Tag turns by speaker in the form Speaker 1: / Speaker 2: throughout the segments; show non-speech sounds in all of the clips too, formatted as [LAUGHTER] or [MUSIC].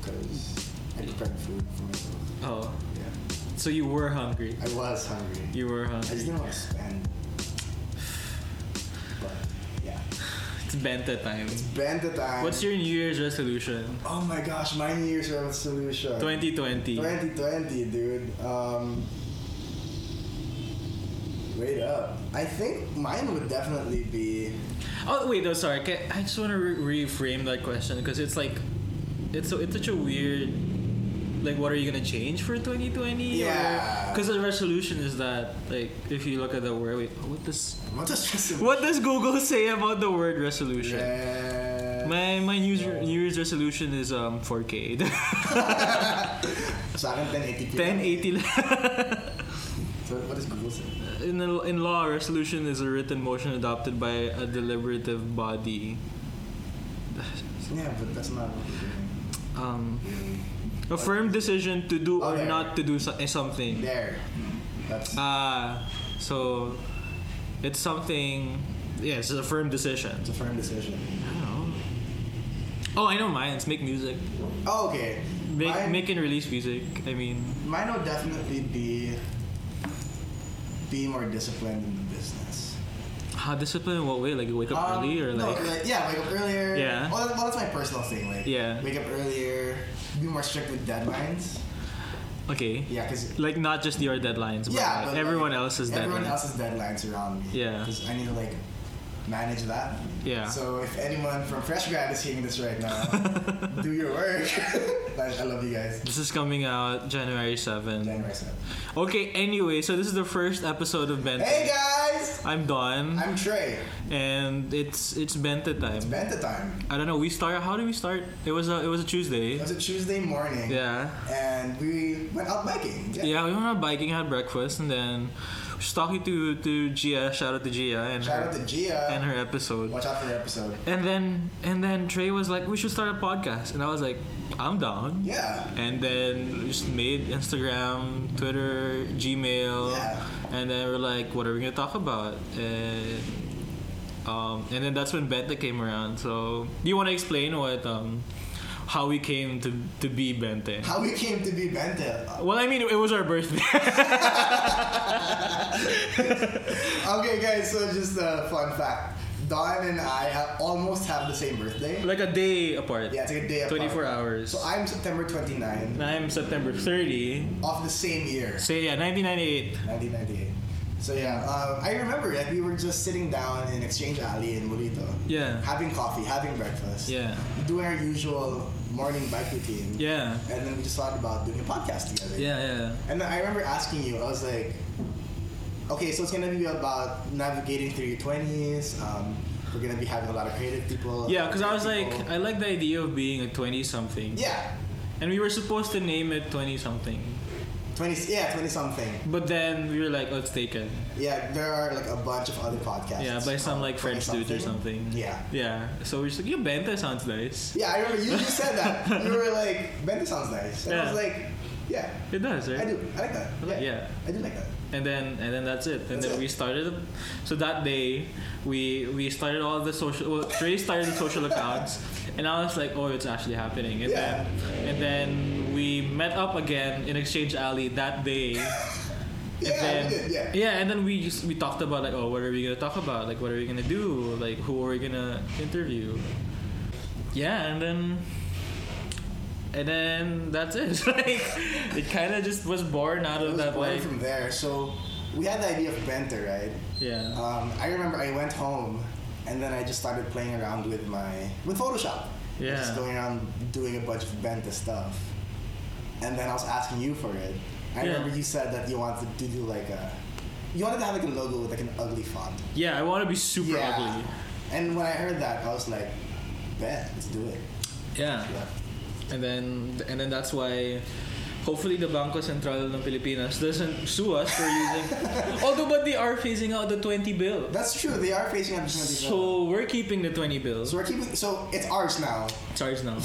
Speaker 1: because I prepared food for myself.
Speaker 2: Oh,
Speaker 1: Yeah.
Speaker 2: so you were hungry.
Speaker 1: I was hungry.
Speaker 2: You were
Speaker 1: I just
Speaker 2: hungry.
Speaker 1: didn't want to spend. But yeah.
Speaker 2: It's benta time.
Speaker 1: It's Banta time.
Speaker 2: What's your New Year's resolution?
Speaker 1: Oh my gosh, my New Year's resolution.
Speaker 2: 2020.
Speaker 1: 2020, dude. Um, wait up. I think mine would definitely be.
Speaker 2: Oh wait, no, sorry. Ca I just want to re- reframe that question because it's like, it's so it's such a weird. Like, what are you gonna change for 2020?
Speaker 1: Yeah.
Speaker 2: Because the resolution is that, like, if you look at the word, wait, what does
Speaker 1: What does resolution?
Speaker 2: what does Google [LAUGHS] say about the word resolution?
Speaker 1: Yeah.
Speaker 2: My my New Year's, New Year's resolution is um [LAUGHS] 4K,
Speaker 1: Sa akin, 1080p.
Speaker 2: 1080.
Speaker 1: So what does Google say?
Speaker 2: In, the- in law, resolution is a written motion adopted by a deliberative body.
Speaker 1: Yeah, but that's not what we're doing.
Speaker 2: Um, a firm decision to do or
Speaker 1: Okay.
Speaker 2: not to do so- eh, something.
Speaker 1: There. That's.
Speaker 2: Ah, so it's something. Yeah, it's a firm decision.
Speaker 1: It's a firm decision.
Speaker 2: I don't know. Oh, I know mine. It's make music.
Speaker 1: Oh, okay.
Speaker 2: Make,
Speaker 1: Mine-
Speaker 2: make and release music. I mean,
Speaker 1: Mine would definitely be be more disciplined in the business.
Speaker 2: how discipline in what way? Like wake up
Speaker 1: Um,
Speaker 2: early or
Speaker 1: no,
Speaker 2: like.
Speaker 1: yeah, wake up earlier.
Speaker 2: Yeah.
Speaker 1: Well, that- well, that's my personal thing. Like,
Speaker 2: Yeah.
Speaker 1: wake up earlier. Be more strict with deadlines.
Speaker 2: Okay.
Speaker 1: Yeah, because
Speaker 2: Like not just your deadlines, but,
Speaker 1: yeah,
Speaker 2: like,
Speaker 1: but, like,
Speaker 2: everyone else's
Speaker 1: everyone
Speaker 2: deadlines.
Speaker 1: else's deadlines around me.
Speaker 2: Yeah.
Speaker 1: Because I need to like manage that.
Speaker 2: Yeah.
Speaker 1: So if anyone from fresh grad is hearing this right
Speaker 2: [LAUGHS]
Speaker 1: now, do your work. [LAUGHS] Guys, I love you guys.
Speaker 2: This is coming out January 7th.
Speaker 1: January 7th.
Speaker 2: Okay, anyway, so this is the first episode of Benta.
Speaker 1: Hey guys,
Speaker 2: I'm Don,
Speaker 1: I'm Trey.
Speaker 2: and it's it's Benta time.
Speaker 1: Banta time.
Speaker 2: I don't know. We start. How did we start? It was a it was a Tuesday.
Speaker 1: It was a Tuesday morning.
Speaker 2: Yeah.
Speaker 1: and we went out biking. Yeah.
Speaker 2: Yeah, we went out biking, had breakfast, and then we was talking to to Gia. Shout out to Gia and
Speaker 1: Shout
Speaker 2: her
Speaker 1: out to Gia.
Speaker 2: and her episode.
Speaker 1: Watch out for the episode.
Speaker 2: And then and then Trey was like, "We should start a podcast," and I was like, "I'm down."
Speaker 1: Yeah.
Speaker 2: And then we just made Instagram, Twitter, Gmail,
Speaker 1: Yeah.
Speaker 2: and then we're like, "What are we gonna talk about?" And um, and then that's when Benta came around. So, do you want to explain what um, how we came to to be Bente?
Speaker 1: How we came to be Benta.
Speaker 2: Well, I mean, it was our birthday. [LAUGHS]
Speaker 1: Okay, guys. So just a fun fact: Don and I ha- almost have the same birthday.
Speaker 2: like a day apart.
Speaker 1: Yeah, it's like a day apart.
Speaker 2: 24 hours.
Speaker 1: So I'm September 29
Speaker 2: And I'm September 30.
Speaker 1: of the same year,
Speaker 2: So yeah, 1998.
Speaker 1: 1998. So yeah, um, I remember like we were just sitting down in Exchange Alley in Burrito,
Speaker 2: Yeah.
Speaker 1: having coffee, having breakfast,
Speaker 2: Yeah.
Speaker 1: doing our usual morning bike routine,
Speaker 2: Yeah.
Speaker 1: and then we just thought about doing a podcast together.
Speaker 2: Yeah, yeah.
Speaker 1: And then I remember asking you, I was like, okay, so it's gonna be about navigating through your twenties. Um, we're gonna be having a lot of creative people.
Speaker 2: Yeah, because I was like,
Speaker 1: people.
Speaker 2: I like the idea of being a 20 something.
Speaker 1: yeah,
Speaker 2: And we were supposed to name it 20 something.
Speaker 1: twenties, yeah, twenty something.
Speaker 2: But then we were like, oh, it's taken.
Speaker 1: Yeah, there are like a bunch of other podcasts.
Speaker 2: Yeah, by some
Speaker 1: called
Speaker 2: like French dude or
Speaker 1: 20-something.
Speaker 2: something.
Speaker 1: Yeah.
Speaker 2: Yeah. So we're just like, yeah, Benta sounds nice.
Speaker 1: Yeah, I remember you, you said
Speaker 2: [LAUGHS]
Speaker 1: that. You were like, Ben, this sounds nice. And I
Speaker 2: Yeah.
Speaker 1: was like, yeah,
Speaker 2: It does, right?
Speaker 1: I do. I like that.
Speaker 2: I
Speaker 1: Yeah.
Speaker 2: like- yeah.
Speaker 1: I do like that.
Speaker 2: and then and then that's it
Speaker 1: That's
Speaker 2: and then
Speaker 1: it.
Speaker 2: we started so that day we we started all the social well Trey started the social accounts and I was like oh it's actually happening and
Speaker 1: Yeah.
Speaker 2: then and then we met up again in Exchange Alley that day
Speaker 1: [LAUGHS] Yeah,
Speaker 2: and then
Speaker 1: we did, yeah.
Speaker 2: and then we just we talked about like oh what are we gonna talk about like what are we gonna do like who are we gonna interview yeah and then and then that's it [LAUGHS] like it kind of just was born out
Speaker 1: It
Speaker 2: of
Speaker 1: was
Speaker 2: that
Speaker 1: born
Speaker 2: like
Speaker 1: from there. So we had the idea of banter, right?
Speaker 2: yeah
Speaker 1: Um, I remember I went home and then I just started playing around with my with Photoshop.
Speaker 2: Yeah.
Speaker 1: Just going around doing a bunch of Benta stuff. And then I was asking you for it. I
Speaker 2: Yeah.
Speaker 1: remember you said that you wanted to do like a you wanted to have like a logo with like an ugly font.
Speaker 2: Yeah, I want to be super
Speaker 1: Yeah.
Speaker 2: ugly.
Speaker 1: And when I heard that I was like, Bet, let's do it.
Speaker 2: Yeah.
Speaker 1: Yeah.
Speaker 2: And then and then that's why hopefully the Banco Central ng Pilipinas doesn't sue us for using
Speaker 1: [LAUGHS]
Speaker 2: Although but they are phasing out the 20 bill.
Speaker 1: That's true, they are facing up to
Speaker 2: So we're keeping the 20 bill.
Speaker 1: so we're keeping so it's ours now.
Speaker 2: Charge now.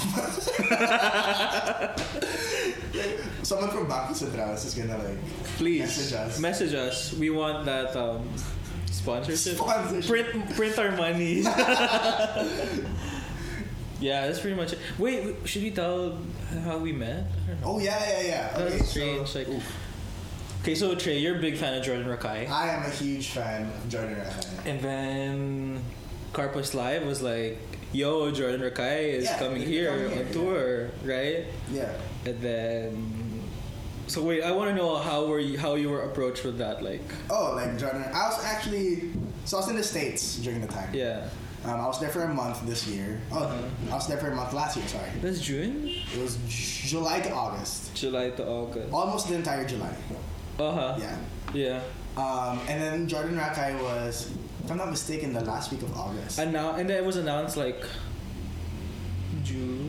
Speaker 1: Someone from Banco Central is just gonna like
Speaker 2: Please
Speaker 1: Message us.
Speaker 2: Message us. We want that um, sponsorship.
Speaker 1: [LAUGHS] Sponsorship.
Speaker 2: Print print our money. [LAUGHS] Yeah, that's pretty much it. Wait, wait, should we tell how we met? I don't
Speaker 1: Oh
Speaker 2: know.
Speaker 1: yeah, yeah, yeah.
Speaker 2: That
Speaker 1: Okay,
Speaker 2: was strange.
Speaker 1: so
Speaker 2: like,
Speaker 1: oof.
Speaker 2: okay, so Trey, you're a big fan of Jordan Rakai,
Speaker 1: I am a huge fan of Jordan
Speaker 2: [LAUGHS]
Speaker 1: Rakan.
Speaker 2: and then Carpus Live was like, "Yo, Jordan Rakai is
Speaker 1: Yeah,
Speaker 2: coming
Speaker 1: they're
Speaker 2: here
Speaker 1: coming here,
Speaker 2: on
Speaker 1: yeah.
Speaker 2: tour, right?"
Speaker 1: Yeah.
Speaker 2: And then, so wait, I want to know how were you, how you were approached with that, like,
Speaker 1: Oh, like Jordan. I was actually so I was in the states during the time.
Speaker 2: yeah, Mm-hmm.
Speaker 1: Um, I was there for a month this year. Oh, I was there for a month last year. Sorry,
Speaker 2: that's June,
Speaker 1: it was J- July to August,
Speaker 2: July to August.
Speaker 1: almost the entire July.
Speaker 2: Uh huh.
Speaker 1: Yeah.
Speaker 2: Yeah.
Speaker 1: Um, and then Jordan Rakai was, if I'm not mistaken, the last week of August.
Speaker 2: And now, and then it was announced like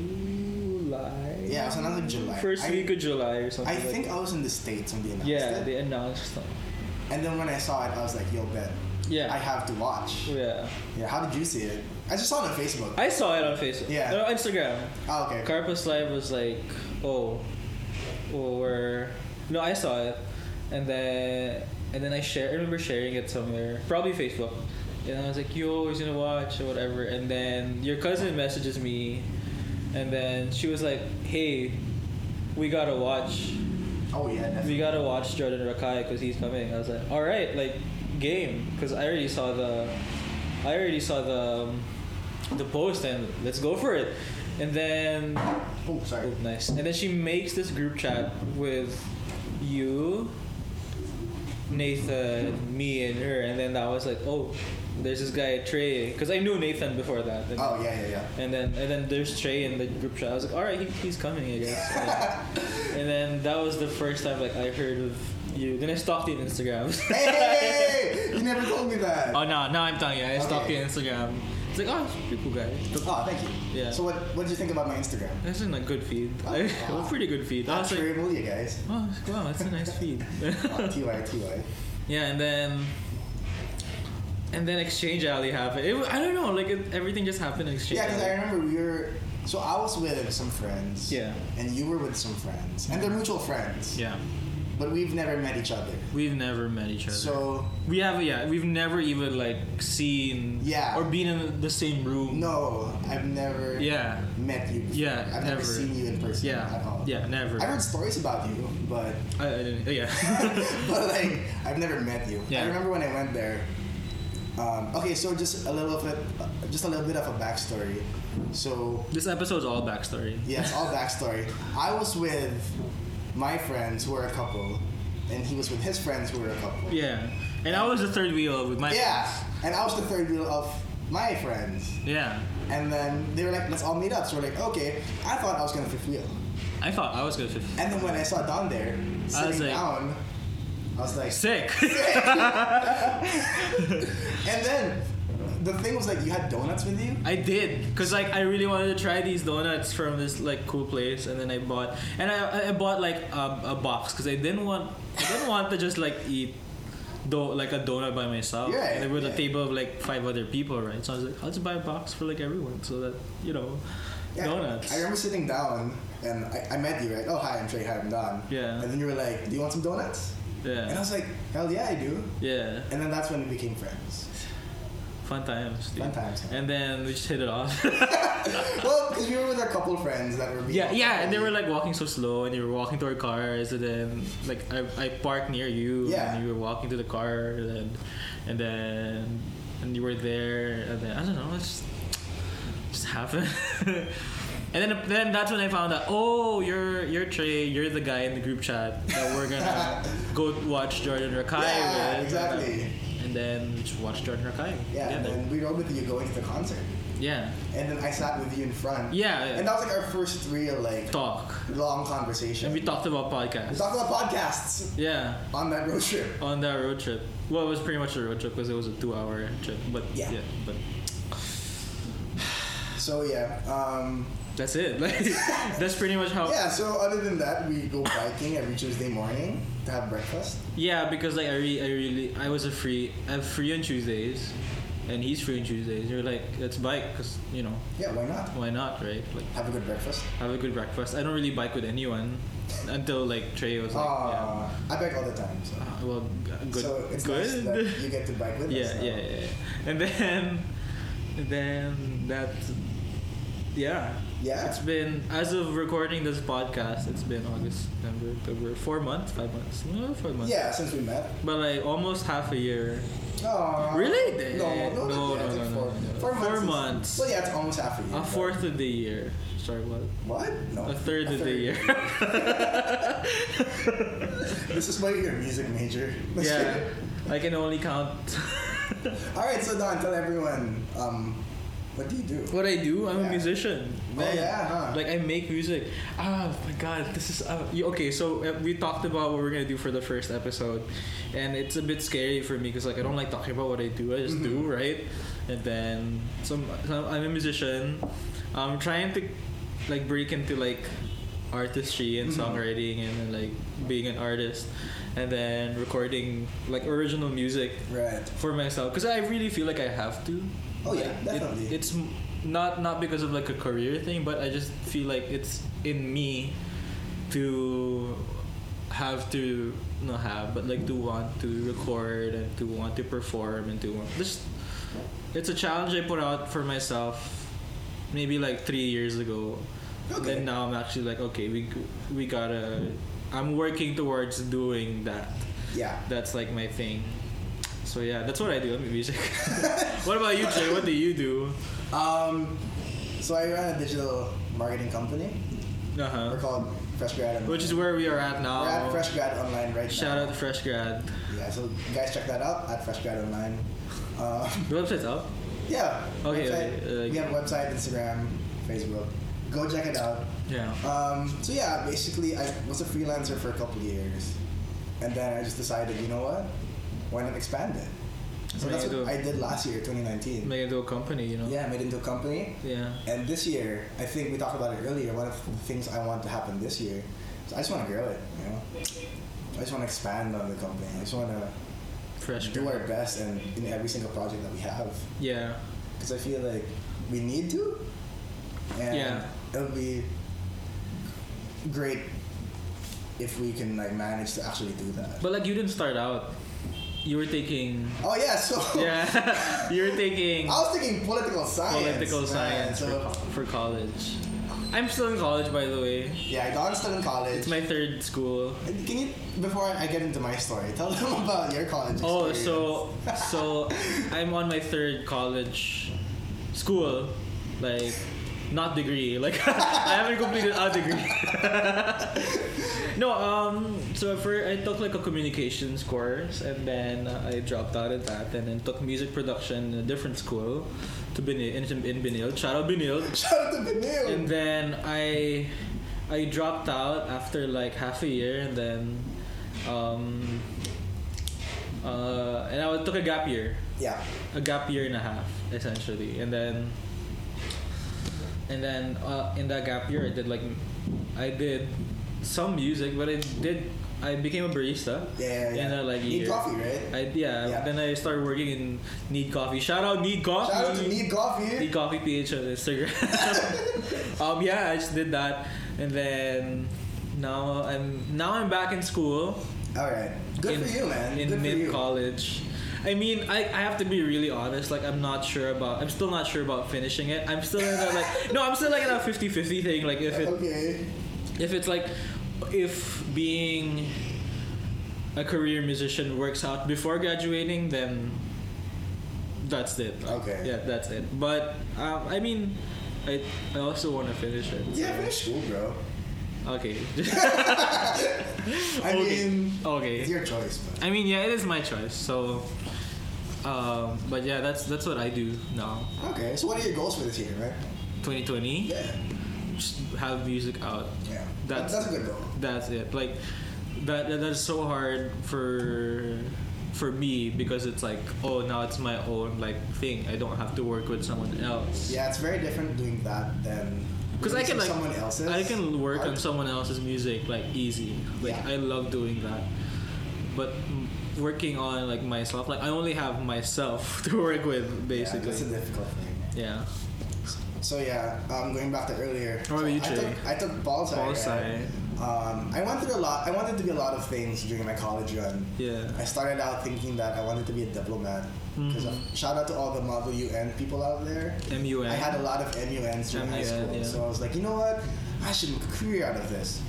Speaker 2: July.
Speaker 1: Yeah, it was announced in July.
Speaker 2: First
Speaker 1: I-
Speaker 2: week of July or something.
Speaker 1: I
Speaker 2: like
Speaker 1: think
Speaker 2: that.
Speaker 1: I was in the states when they announced
Speaker 2: Yeah,
Speaker 1: it.
Speaker 2: they announced. Them.
Speaker 1: and then when I saw it, I was like, "Yo, bet I
Speaker 2: Yeah.
Speaker 1: have to watch."
Speaker 2: yeah.
Speaker 1: Yeah. How did you see it? I just saw it on Facebook.
Speaker 2: I saw it on Facebook.
Speaker 1: Yeah.
Speaker 2: No, Instagram.
Speaker 1: oh, okay.
Speaker 2: Carpus Live was like, oh, or no, I saw it, and then and then I share. I remember sharing it somewhere, probably Facebook. And I was like, yo, he's gonna watch or whatever. And then your cousin messages me, and then she was like, hey, we gotta watch,
Speaker 1: oh yeah,
Speaker 2: we
Speaker 1: definitely.
Speaker 2: gotta watch Jordan Rakai because he's coming. I was like, all right, like game, because I already saw the, I already saw the, um, the post, and let's go for it. And then
Speaker 1: Oh, sorry.
Speaker 2: Oh, nice. And then she makes this group chat with you, Nathan, me, and her. And then I was like, oh, there's this guy Trey, because I knew Nathan before that. And,
Speaker 1: Oh yeah, yeah, yeah.
Speaker 2: and then and then there's Trey in the group chat. I was like, all right, he, he's coming, I guess.
Speaker 1: [LAUGHS]
Speaker 2: And, and then that was the first time like I heard of you. Then I stalked you on Instagram. [LAUGHS]
Speaker 1: hey, hey, hey, hey, you never told me that.
Speaker 2: oh no, now I'm telling you, I stalked
Speaker 1: Okay.
Speaker 2: you on Instagram. It's like, oh, he's a pretty cool guy.
Speaker 1: Oh, thank you.
Speaker 2: Yeah.
Speaker 1: So what? What did you think about my Instagram?
Speaker 2: That's in a good feed.
Speaker 1: Oh, wow.
Speaker 2: a [LAUGHS] pretty good feed. I
Speaker 1: That's
Speaker 2: was like,
Speaker 1: very cool, you E, guys.
Speaker 2: [LAUGHS] Oh, wow, that's a nice feed. [LAUGHS]
Speaker 1: Oh, Ty, Ty.
Speaker 2: yeah, and then and then Exchange Alley happened. It, wa- I don't know, like it, everything just happened in Exchange
Speaker 1: Yeah, because I
Speaker 2: Alley.
Speaker 1: remember we were. So I was with some friends.
Speaker 2: Yeah.
Speaker 1: And you were with some friends, and they're mutual friends.
Speaker 2: yeah,
Speaker 1: But we've never met each other.
Speaker 2: we've never met each other.
Speaker 1: So
Speaker 2: we have yeah, we've never even like seen
Speaker 1: Yeah.
Speaker 2: or been in the same room.
Speaker 1: no, I've never
Speaker 2: Yeah.
Speaker 1: met you. Before.
Speaker 2: Yeah,
Speaker 1: I've never
Speaker 2: never.
Speaker 1: seen you in person. At
Speaker 2: Yeah.
Speaker 1: all.
Speaker 2: Yeah. Never.
Speaker 1: I've heard stories about you, but
Speaker 2: I, I didn't. oh, Yeah.
Speaker 1: [LAUGHS]
Speaker 2: [LAUGHS]
Speaker 1: but like I've never met you. I
Speaker 2: Yeah.
Speaker 1: remember when I went there. Um, okay, so just a little bit, just a little bit of a backstory. So
Speaker 2: this episode's all backstory.
Speaker 1: yeah, it's all backstory. I was with my friends who are a couple, and he was with his friends who were a couple.
Speaker 2: Yeah. And I was the third wheel with my
Speaker 1: Yeah, and I was the third wheel of my friends,
Speaker 2: Yeah.
Speaker 1: and then they were like, "Let's all meet up." So we're like, "Okay." I thought I was gonna fifth wheel,
Speaker 2: I thought I was good. fifth.
Speaker 1: and then when I saw Don there sitting
Speaker 2: like-
Speaker 1: down, I was like,
Speaker 2: Sick. [LAUGHS]
Speaker 1: And then the thing was like you had donuts with you.
Speaker 2: I did, cause like I really wanted to try these donuts from this like cool place, and then I bought, and I, I bought like a, a box, cause I didn't want, I didn't want to just like eat, do like a donut by myself,
Speaker 1: Yeah,
Speaker 2: like, with
Speaker 1: yeah.
Speaker 2: a table of like five other people, right? So I was like, let's buy a box for like everyone, so that you know,
Speaker 1: Yeah,
Speaker 2: donuts.
Speaker 1: I remember sitting down and I, I met you, right? Oh hi, I'm Trey. Hi, I'm Don.
Speaker 2: Yeah.
Speaker 1: And then you were like, "Do you want some donuts?" And I
Speaker 2: yeah,
Speaker 1: was like, "Hell yeah, I do."
Speaker 2: yeah,
Speaker 1: And then that's when we became friends.
Speaker 2: fun times, dude.
Speaker 1: Fun times.
Speaker 2: And then we just hit it off.
Speaker 1: well, because we were with our couple friends that were. being-
Speaker 2: yeah, yeah, and they were like walking so slow, and you were walking to our cars, and then like I, I parked near you,
Speaker 1: Yeah.
Speaker 2: and you were walking to the car, and then, and then and you were there, and then I don't know, it just just happened. [LAUGHS] and then then that's when I found out. Oh, you're you're Trey, you're the guy in the group chat that
Speaker 1: [LAUGHS]
Speaker 2: we're gonna go watch Jordan Rakai
Speaker 1: Yeah,
Speaker 2: with.
Speaker 1: exactly.
Speaker 2: And then we just watched Jordan Rakai.
Speaker 1: Yeah, and then we rode with you going to the concert,
Speaker 2: yeah,
Speaker 1: and then I sat with you in front.
Speaker 2: yeah, yeah.
Speaker 1: And that was like our first real like
Speaker 2: talk,
Speaker 1: long conversation.
Speaker 2: and we talked about
Speaker 1: We
Speaker 2: podcasts.
Speaker 1: talked about podcasts
Speaker 2: Yeah.
Speaker 1: on that road trip.
Speaker 2: on that road trip. Well, it was pretty much a road trip because it was a two-hour trip. But
Speaker 1: Yeah.
Speaker 2: yeah, but
Speaker 1: So yeah. Um,
Speaker 2: that's
Speaker 1: [LAUGHS]
Speaker 2: it. [LAUGHS] Like that's pretty much how. Yeah,
Speaker 1: Yeah, so other than that, we go biking every Tuesday morning to have breakfast.
Speaker 2: because like I, re- I really, I was a free. I'm free on Tuesdays, and he's free on Tuesdays. You're like, let's bike because you know
Speaker 1: Yeah, why not?
Speaker 2: why not, right? Like
Speaker 1: Have a good breakfast.
Speaker 2: have a good breakfast. I don't really bike with anyone until like Trey was like, yeah.
Speaker 1: Uh, I bike all the time, so,
Speaker 2: Uh, well, g- Ah. good,
Speaker 1: so it's
Speaker 2: good. [LAUGHS]
Speaker 1: nice that you get to bike with
Speaker 2: yeah,
Speaker 1: us. now.
Speaker 2: yeah, yeah, yeah. And then, and then that yeah,
Speaker 1: Yeah.
Speaker 2: It's been as of recording this podcast. It's been August, September, October, four months, five months, no, four months.
Speaker 1: Yeah, since we met.
Speaker 2: But like almost half a year.
Speaker 1: Aw.
Speaker 2: Ah. Really?
Speaker 1: No, no,
Speaker 2: No,
Speaker 1: not
Speaker 2: no,
Speaker 1: yet. Like
Speaker 2: no, no,
Speaker 1: four,
Speaker 2: no.
Speaker 1: Four months.
Speaker 2: Four
Speaker 1: is-
Speaker 2: months.
Speaker 1: Well, yeah, it's almost half a year.
Speaker 2: A
Speaker 1: but-
Speaker 2: fourth of the year. Sorry, what?
Speaker 1: What? No.
Speaker 2: A third of the year. [LAUGHS]
Speaker 1: this is why you're a music major. [LAUGHS]
Speaker 2: yeah, I can only count. [LAUGHS]
Speaker 1: All right, so Don, tell everyone, um, what do you do?
Speaker 2: what I do, I'm
Speaker 1: Yeah.
Speaker 2: a musician.
Speaker 1: Oh,
Speaker 2: man.
Speaker 1: yeah, huh?
Speaker 2: Like I make music. Ah, my God, this is uh, you- okay. So uh, we talked about what we're gonna do for the first episode, and it's a bit scary for me because like I don't like talking about what I do. I just
Speaker 1: Mm-hmm.
Speaker 2: do right, and then some, some. I'm a musician. I'm trying to like break into like artistry and
Speaker 1: Mhm.
Speaker 2: songwriting and, then like being an artist, and then recording like original music
Speaker 1: Right.
Speaker 2: for myself because I really feel like I have to.
Speaker 1: Oh, yeah,
Speaker 2: Like, it-
Speaker 1: definitely.
Speaker 2: it's m- not not because of like a career thing, but I just feel like it's in me to have to not have, but like to want to record and to want to perform and to want just. It's a challenge I put out for myself, maybe like three years ago.
Speaker 1: Okay.
Speaker 2: Then now I'm actually like, okay, we we gotta. I'm working towards doing that
Speaker 1: Yeah.
Speaker 2: that's like my thing. So yeah, that's what I do. I'm in
Speaker 1: [LAUGHS]
Speaker 2: music. what about you, Jay? What do you do?
Speaker 1: Um, so I run a digital marketing company.
Speaker 2: Uh
Speaker 1: We're
Speaker 2: huh.
Speaker 1: called Fresh Grad. Online.
Speaker 2: Which is where we are at now.
Speaker 1: We're at Fresh Grad Online right
Speaker 2: Shout
Speaker 1: now.
Speaker 2: out to Fresh Grad.
Speaker 1: Yeah, so guys, check that out at Fresh Grad Online. Uh, [LAUGHS]
Speaker 2: The website's up.
Speaker 1: yeah.
Speaker 2: Okay,
Speaker 1: website.
Speaker 2: okay, uh,
Speaker 1: we have a website, Instagram, Facebook. Go check it out.
Speaker 2: Yeah.
Speaker 1: Um, so yeah, basically, I was a freelancer for a couple years, and then I just decided, you know what? Why not expand it? So
Speaker 2: Make
Speaker 1: that's
Speaker 2: it
Speaker 1: what
Speaker 2: do-
Speaker 1: I did last year, 2019.
Speaker 2: Make it into a company, you know.
Speaker 1: Yeah, I made it into a company.
Speaker 2: Yeah.
Speaker 1: And this year, I think we talked about it earlier. One of the things I want to happen this year is I just want to grow it. You know, I just want to expand on the company. I just want to
Speaker 2: Fresh
Speaker 1: do
Speaker 2: Grad.
Speaker 1: our best and in every single project that we have
Speaker 2: Yeah.
Speaker 1: because I feel like we need to. And
Speaker 2: Yeah.
Speaker 1: it'll be great if we can like manage to actually do that.
Speaker 2: But like you didn't start out. You were
Speaker 1: [LAUGHS]
Speaker 2: taking.
Speaker 1: oh yeah, so
Speaker 2: Yeah. [LAUGHS] you were
Speaker 1: [LAUGHS] I
Speaker 2: taking
Speaker 1: was thinking political science.
Speaker 2: political
Speaker 1: man,
Speaker 2: science for,
Speaker 1: So
Speaker 2: co- for college. I'm still in college, by the way.
Speaker 1: yeah, Don's still in college.
Speaker 2: It's my third school.
Speaker 1: Can you before I get into my story, [LAUGHS] tell them about your college?
Speaker 2: Oh,
Speaker 1: experience.
Speaker 2: so so I'm on my third college school, like not degree. Like [LAUGHS] I haven't completed a degree. [LAUGHS] no, um. So for I took like a communications course, and then I dropped out of that, and then took music production in a different school, to Binil, in, in Binil. Shout out Binil.
Speaker 1: [LAUGHS] shout out to Benil.
Speaker 2: And then I I dropped out after like half a year and then um uh and I took a gap year.
Speaker 1: yeah,
Speaker 2: A gap year and a half essentially. And then and then uh, in that gap year I did like I did some music but I did I became a barista.
Speaker 1: yeah, yeah. yeah.
Speaker 2: In that like
Speaker 1: Need
Speaker 2: year.
Speaker 1: coffee, right?
Speaker 2: I, yeah,
Speaker 1: Yeah.
Speaker 2: then I started working in Need Coffee. Shout out Need Coffee.
Speaker 1: Shout out to Need Coffee.
Speaker 2: The coffee ph on Instagram. [LAUGHS] um, yeah, I just did that, and then now I'm now I'm back in school
Speaker 1: All right, good
Speaker 2: in,
Speaker 1: for you, man.
Speaker 2: in
Speaker 1: good for
Speaker 2: mid
Speaker 1: you.
Speaker 2: college. I mean, I, I have to be really honest. Like, I'm not sure about. I'm still not sure about finishing it. I'm still in that like. No, I'm still like in a 50-50 thing. Like, if it
Speaker 1: okay.
Speaker 2: if it's like if being a career musician works out before graduating then that's it Like,
Speaker 1: Okay.
Speaker 2: yeah that's it but um, i mean i, I also want to finish it
Speaker 1: Yeah, finish school, bro.
Speaker 2: okay [LAUGHS]
Speaker 1: I
Speaker 2: Okay.
Speaker 1: mean, it's
Speaker 2: okay
Speaker 1: your choice, but
Speaker 2: i mean yeah it is my choice so um, but yeah that's that's what i do now
Speaker 1: okay. So, what are your goals for this year, right?
Speaker 2: 2020
Speaker 1: Yeah,
Speaker 2: just have music out
Speaker 1: yeah.
Speaker 2: That's-
Speaker 1: that's a good goal.
Speaker 2: that's it like that that- that's so hard for for me because it's like oh now it's my own like thing i don't have to work with someone else
Speaker 1: Yeah, it's very different doing that than
Speaker 2: because i can
Speaker 1: releasing
Speaker 2: like
Speaker 1: someone else's.
Speaker 2: i can work on
Speaker 1: art.
Speaker 2: someone else's music like easy like
Speaker 1: Yeah.
Speaker 2: i love doing that but mm, working on like myself like i only have myself [LAUGHS] to work with
Speaker 1: Yeah,
Speaker 2: basically
Speaker 1: that's a difficult thing.
Speaker 2: yeah
Speaker 1: So yeah, um, going back to earlier.
Speaker 2: What about you,
Speaker 1: I
Speaker 2: Jay?
Speaker 1: took, I took ball side.
Speaker 2: Ball
Speaker 1: right?
Speaker 2: side.
Speaker 1: Um, I wanted a lot. I wanted to be a lot of things during my college run.
Speaker 2: Yeah.
Speaker 1: I started out thinking that I wanted to be a diplomat. 'Cause, uh,
Speaker 2: Mhm.
Speaker 1: shout out to all the Marvel UN people out there.
Speaker 2: MUN.
Speaker 1: I had a lot of MUNs during high
Speaker 2: MUN,
Speaker 1: school,
Speaker 2: yeah.
Speaker 1: so I was like, you know what? I should make a career out of this.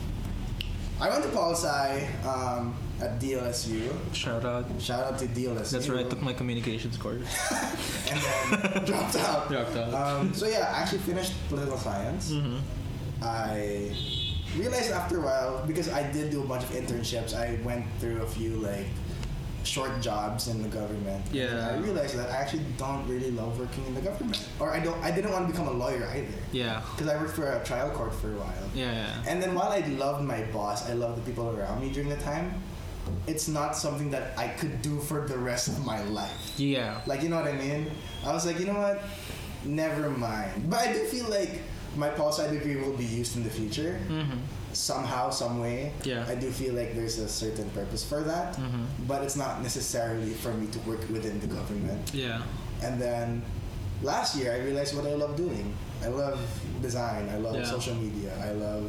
Speaker 1: I went to poli sci um, at DLSU.
Speaker 2: Shout out.
Speaker 1: Shout out to DLSU.
Speaker 2: That's where I took my communications course.
Speaker 1: [LAUGHS] and
Speaker 2: [LAUGHS]
Speaker 1: then dropped out.
Speaker 2: Dropped out.
Speaker 1: Um, so yeah, I actually finished political science.
Speaker 2: Mm-hmm.
Speaker 1: I realized after a while because I did do a bunch of internships. I went through a few like short jobs in the government.
Speaker 2: Yeah.
Speaker 1: And I realized that I actually don't really love working in the government, or I don't. I didn't want to become a lawyer either
Speaker 2: Yeah.
Speaker 1: because I worked for a trial court for a while.
Speaker 2: Yeah. Yeah.
Speaker 1: And then while I loved my boss, I loved the people around me during the time. It's not something that I could do for the rest of my life.
Speaker 2: yeah.
Speaker 1: Like, you know what I mean? I was like, you know what? Never mind. But I do feel like my poli sci degree will be used in the future
Speaker 2: Mm-hmm.
Speaker 1: somehow, some way.
Speaker 2: Yeah.
Speaker 1: I do feel like there's a certain purpose for that,
Speaker 2: Mm-hmm.
Speaker 1: but it's not necessarily for me to work within the government.
Speaker 2: Yeah.
Speaker 1: And then last year, I realized what I love doing. I love design. I love
Speaker 2: Yeah.
Speaker 1: social media. I love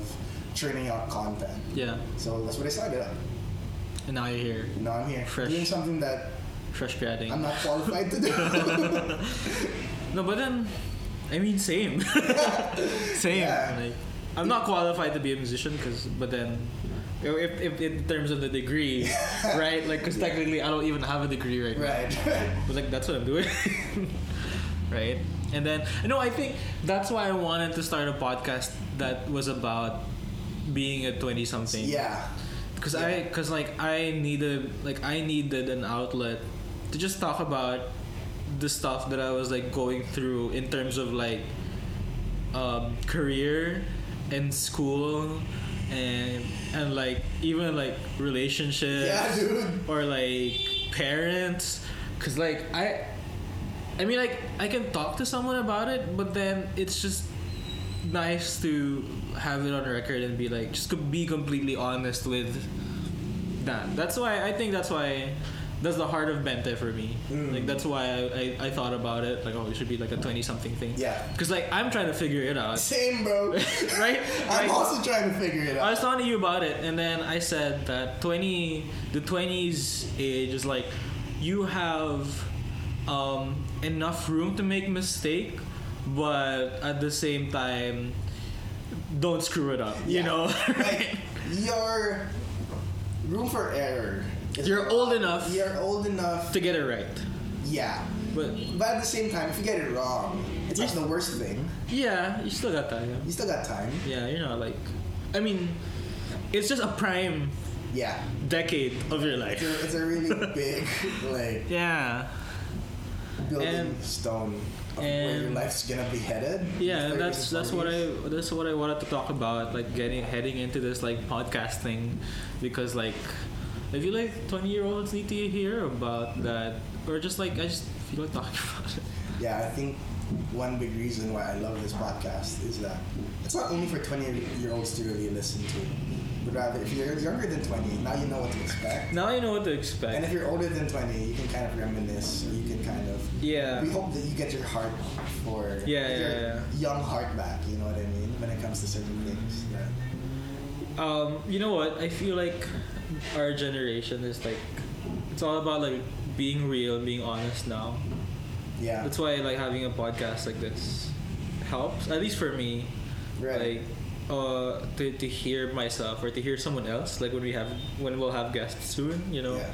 Speaker 1: churning out content.
Speaker 2: Yeah.
Speaker 1: So that's what I started up.
Speaker 2: And now you're here,
Speaker 1: Now I'm here
Speaker 2: Fresh.
Speaker 1: doing something that
Speaker 2: fresh graduating.
Speaker 1: I'm not qualified to
Speaker 2: [LAUGHS]
Speaker 1: do.
Speaker 2: No, but then, I
Speaker 1: [LAUGHS]
Speaker 2: mean, same, same.
Speaker 1: Yeah.
Speaker 2: Like, I'm not qualified to be a musician, cause but then, if, if in terms of the
Speaker 1: [LAUGHS]
Speaker 2: degree, right? Like, cause technically, I don't even have a degree right, now.
Speaker 1: right.
Speaker 2: But like, that's what I'm doing, [LAUGHS] right? And then, no, I think that's why I wanted to start a podcast that was about being a twenty-something.
Speaker 1: Yeah.
Speaker 2: Cause I, cause like I needed, like I needed an outlet to just talk about the stuff that I was like going through in terms of like um, career and school and and like even like relationships
Speaker 1: Yeah, dude.
Speaker 2: or like parents because like i i mean like i can talk to someone about it but then it's just nice to have it on record and be like just could be completely honest with that that's why i think that's why that's the heart of bente for me
Speaker 1: Mm.
Speaker 2: like that's why I, I i thought about it like oh it should be like a 20 something thing
Speaker 1: Yeah.
Speaker 2: because like i'm trying to figure
Speaker 1: [LAUGHS]
Speaker 2: it out
Speaker 1: Same, bro.
Speaker 2: [LAUGHS] right
Speaker 1: I'm
Speaker 2: Like,
Speaker 1: also trying to figure it
Speaker 2: I
Speaker 1: out.
Speaker 2: was talking to you about it, and then I said that twenty, the twenties age is like you have um, enough room to make mistake, but at the same time, don't screw it up. You
Speaker 1: Yeah. [LAUGHS]
Speaker 2: know, [LAUGHS]
Speaker 1: Like, your room for error. is-
Speaker 2: you're old enough
Speaker 1: You're old enough.
Speaker 2: to get it right,
Speaker 1: Yeah.
Speaker 2: but
Speaker 1: But at the same time, if you get it wrong, it's not the worst thing.
Speaker 2: yeah, you still got time.
Speaker 1: You still got time.
Speaker 2: Yeah, you're not like, I mean, it's just a prime
Speaker 1: Yeah.
Speaker 2: decade of your
Speaker 1: It's
Speaker 2: life.
Speaker 1: a, it's a
Speaker 2: [LAUGHS]
Speaker 1: really big, like,
Speaker 2: Yeah.
Speaker 1: building
Speaker 2: And-
Speaker 1: stone of where your
Speaker 2: and-
Speaker 1: life's gonna be headed.
Speaker 2: yeah
Speaker 1: in the 30s
Speaker 2: that's
Speaker 1: and
Speaker 2: that's what i
Speaker 1: 40s.
Speaker 2: that's what i wanted to talk about like getting heading into this like podcast thing because like if you like 20 year olds need to hear about that or just like i just feel like talking [LAUGHS] about it
Speaker 1: Yeah, I think one big reason why I love this podcast is that it's not only for 20 year olds to really listen to, but rather if you're younger than 20, now you know what to expect.
Speaker 2: now you know what to
Speaker 1: And if
Speaker 2: expect
Speaker 1: you're older than 20, you can kind of reminisce, or you can kind of.
Speaker 2: yeah
Speaker 1: We hope that you get your heart for
Speaker 2: Yeah,
Speaker 1: your
Speaker 2: yeah, yeah.
Speaker 1: young heart back, you know what I mean? When it comes to certain things. That,
Speaker 2: um you know what i feel like our generation is like it's all about like being real being honest now
Speaker 1: yeah.
Speaker 2: that's why like having a podcast like this helps at least for me
Speaker 1: right.
Speaker 2: like uh to, to hear myself or to hear someone else like when we have when we'll have guests soon you know
Speaker 1: Yeah.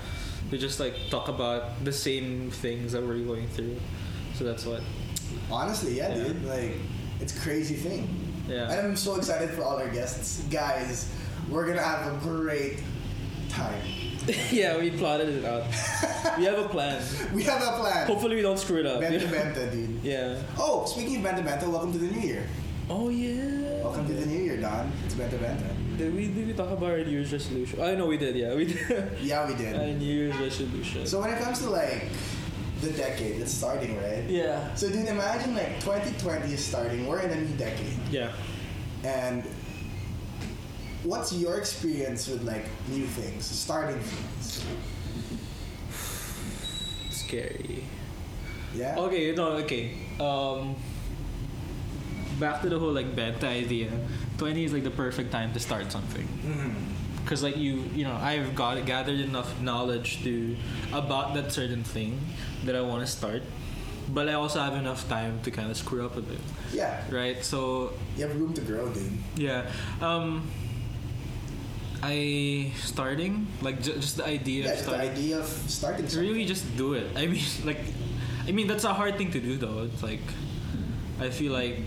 Speaker 2: we just like talk about the same things that we're going through so that's what
Speaker 1: Honestly, yeah,
Speaker 2: Yeah.
Speaker 1: dude. Like, it's a crazy thing.
Speaker 2: yeah
Speaker 1: I'm so excited for all our guests. Guys, we're gonna have a great time. [LAUGHS]
Speaker 2: yeah we plotted it out [LAUGHS] we have a plan
Speaker 1: We have a plan.
Speaker 2: hopefully we don't screw it up
Speaker 1: Benta Benta, dude.
Speaker 2: [LAUGHS] yeah
Speaker 1: Oh, speaking of Benta Benta, welcome to the new year.
Speaker 2: oh yeah
Speaker 1: Welcome to the new year, Don. It's Benta Benta.
Speaker 2: did we did we talk about our new year's resolution i know we did yeah we did [LAUGHS]
Speaker 1: Yeah, we
Speaker 2: our
Speaker 1: did.
Speaker 2: new year's resolution
Speaker 1: So when it comes to like the decade, it's starting, right?
Speaker 2: yeah
Speaker 1: So dude, imagine like 2020 is starting. We're in a new decade,
Speaker 2: yeah
Speaker 1: and what's your experience with like new things, starting things?
Speaker 2: scary
Speaker 1: Yeah.
Speaker 2: Okay, no, okay. Um, back to the whole like beta idea. Twenty is like the perfect time to start something
Speaker 1: Mm-hmm.
Speaker 2: because like you you know I've got gathered enough knowledge to about that certain thing that I want to start, but I also have enough time to kind of screw up a bit,
Speaker 1: Yeah,
Speaker 2: right? So
Speaker 1: you have room to grow, dude.
Speaker 2: yeah, um, I starting like ju- just the idea
Speaker 1: Yeah,
Speaker 2: of
Speaker 1: just the
Speaker 2: starting.
Speaker 1: idea of starting.
Speaker 2: It's
Speaker 1: something.
Speaker 2: really just do it. I mean, [LAUGHS] like, I mean that's a hard thing to do though. It's like, I feel like,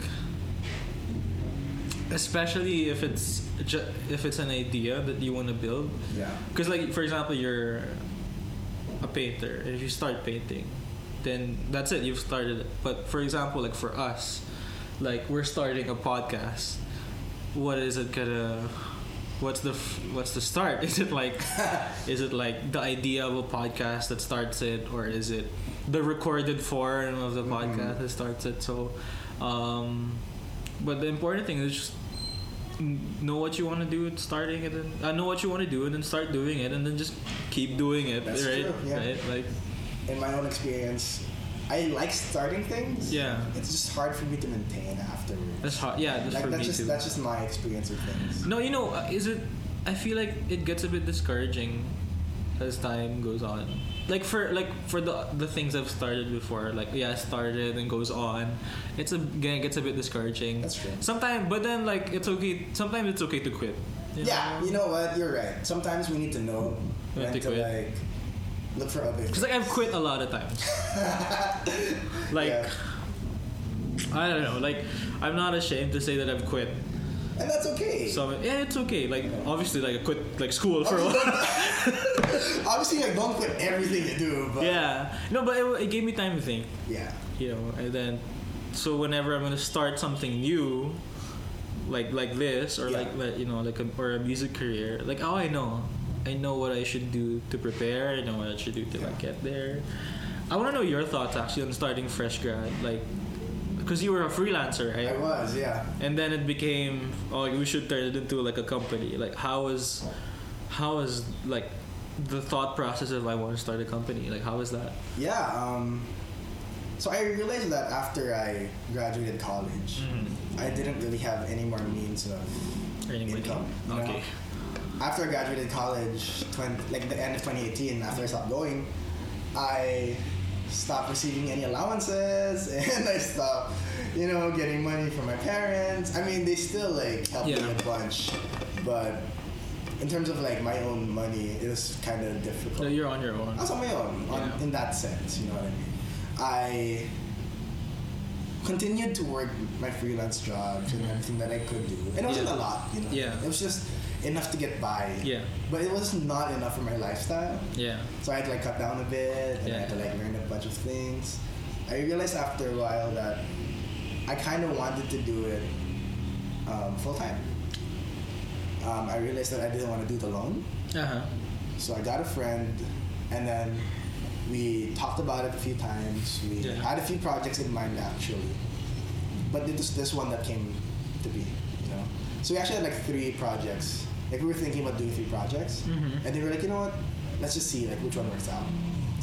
Speaker 2: especially if it's ju- if it's an idea that you want to build,
Speaker 1: Yeah.
Speaker 2: because like for example you're a painter and if you start painting then that's it you've started it. but for example like for us like we're starting a podcast what is it gonna what's the f- what's the start [LAUGHS] is it like is it like the idea of a podcast that starts it or is it the recorded form of the podcast that starts it so um but the important thing is just n- know what you want to do at starting and then uh, know what you want to do and then start doing it and then just keep doing it
Speaker 1: That's
Speaker 2: right
Speaker 1: true, yeah.
Speaker 2: right like
Speaker 1: In my own experience, I like starting things.
Speaker 2: yeah
Speaker 1: It's just hard for me to maintain afterwards.
Speaker 2: that's hard yeah that's
Speaker 1: like
Speaker 2: for
Speaker 1: that's
Speaker 2: me
Speaker 1: just
Speaker 2: too
Speaker 1: that's just my experience with things.
Speaker 2: no you know uh, is it I feel like it gets a bit discouraging as time goes on like for like for the the things I've started before like yeah I started and goes on it's a it gets a bit discouraging
Speaker 1: That's true.
Speaker 2: sometimes but then like it's okay sometimes it's okay to quit you
Speaker 1: yeah,
Speaker 2: know?
Speaker 1: you know what? You're right. Sometimes we need to know
Speaker 2: We
Speaker 1: when
Speaker 2: have
Speaker 1: to,
Speaker 2: to quit.
Speaker 1: like look for other things.
Speaker 2: Because like I've quit a lot of times. like
Speaker 1: Yeah.
Speaker 2: I don't know. Like I'm not ashamed to say that I've quit.
Speaker 1: and that's
Speaker 2: [LAUGHS]
Speaker 1: okay.
Speaker 2: So yeah, it's okay. Like obviously, like I quit like school for a while.
Speaker 1: [LAUGHS] Obviously, like don't quit everything you do. But
Speaker 2: [LAUGHS] yeah. No, but it, it gave me time to think.
Speaker 1: yeah.
Speaker 2: You know, and then so whenever I'm gonna start something new, like like this or
Speaker 1: Yeah.
Speaker 2: like like you know like a, or a music career, like oh I know, I know what I should do to prepare. I know what I should do to like
Speaker 1: Yeah.
Speaker 2: get there. I want to know your thoughts actually on starting fresh grad, like because you were a freelancer, right?
Speaker 1: I was. Yeah.
Speaker 2: and then it became oh like, we should turn it into like a company like how is how is like the thought process of i want to start a company like how is that
Speaker 1: Yeah. Um, so I realized that after I graduated college,
Speaker 2: Mm-hmm.
Speaker 1: I didn't really have any more means of
Speaker 2: earning money
Speaker 1: Income, you know?
Speaker 2: okay
Speaker 1: after I graduated college, 20, like the end of 2018, after I stopped going, I stopped receiving any allowances [LAUGHS] and I stopped, you know, getting money from my parents. I mean, they still like helped me
Speaker 2: Yeah.
Speaker 1: a bunch, but in terms of like my own money, it was kind of
Speaker 2: so
Speaker 1: difficult.
Speaker 2: you're on your own
Speaker 1: I was on my own on,
Speaker 2: Yeah.
Speaker 1: in that sense, you know what I mean? I continued to work my freelance jobs and everything that I could do. And it wasn't
Speaker 2: Mm-hmm.
Speaker 1: a
Speaker 2: Yeah.
Speaker 1: lot, you know?
Speaker 2: Yeah.
Speaker 1: It was just enough to get by.
Speaker 2: yeah
Speaker 1: But it was not enough for my lifestyle.
Speaker 2: yeah
Speaker 1: So I had to like cut down a bit and I had to
Speaker 2: Yeah.
Speaker 1: like learn a bunch of things. I realized after a while that I kind of wanted to do it um, full time. Um, I realized that I didn't want to do it alone.
Speaker 2: uh-huh
Speaker 1: So I got a friend, and then we talked about it a few times. We
Speaker 2: Yeah.
Speaker 1: had a few projects in mind actually, but it was this one that came to be, you know. So we actually had like three projects. Like we were thinking about doing three projects,
Speaker 2: Mhm.
Speaker 1: and they were like, you know what? Let's just see like which one works out.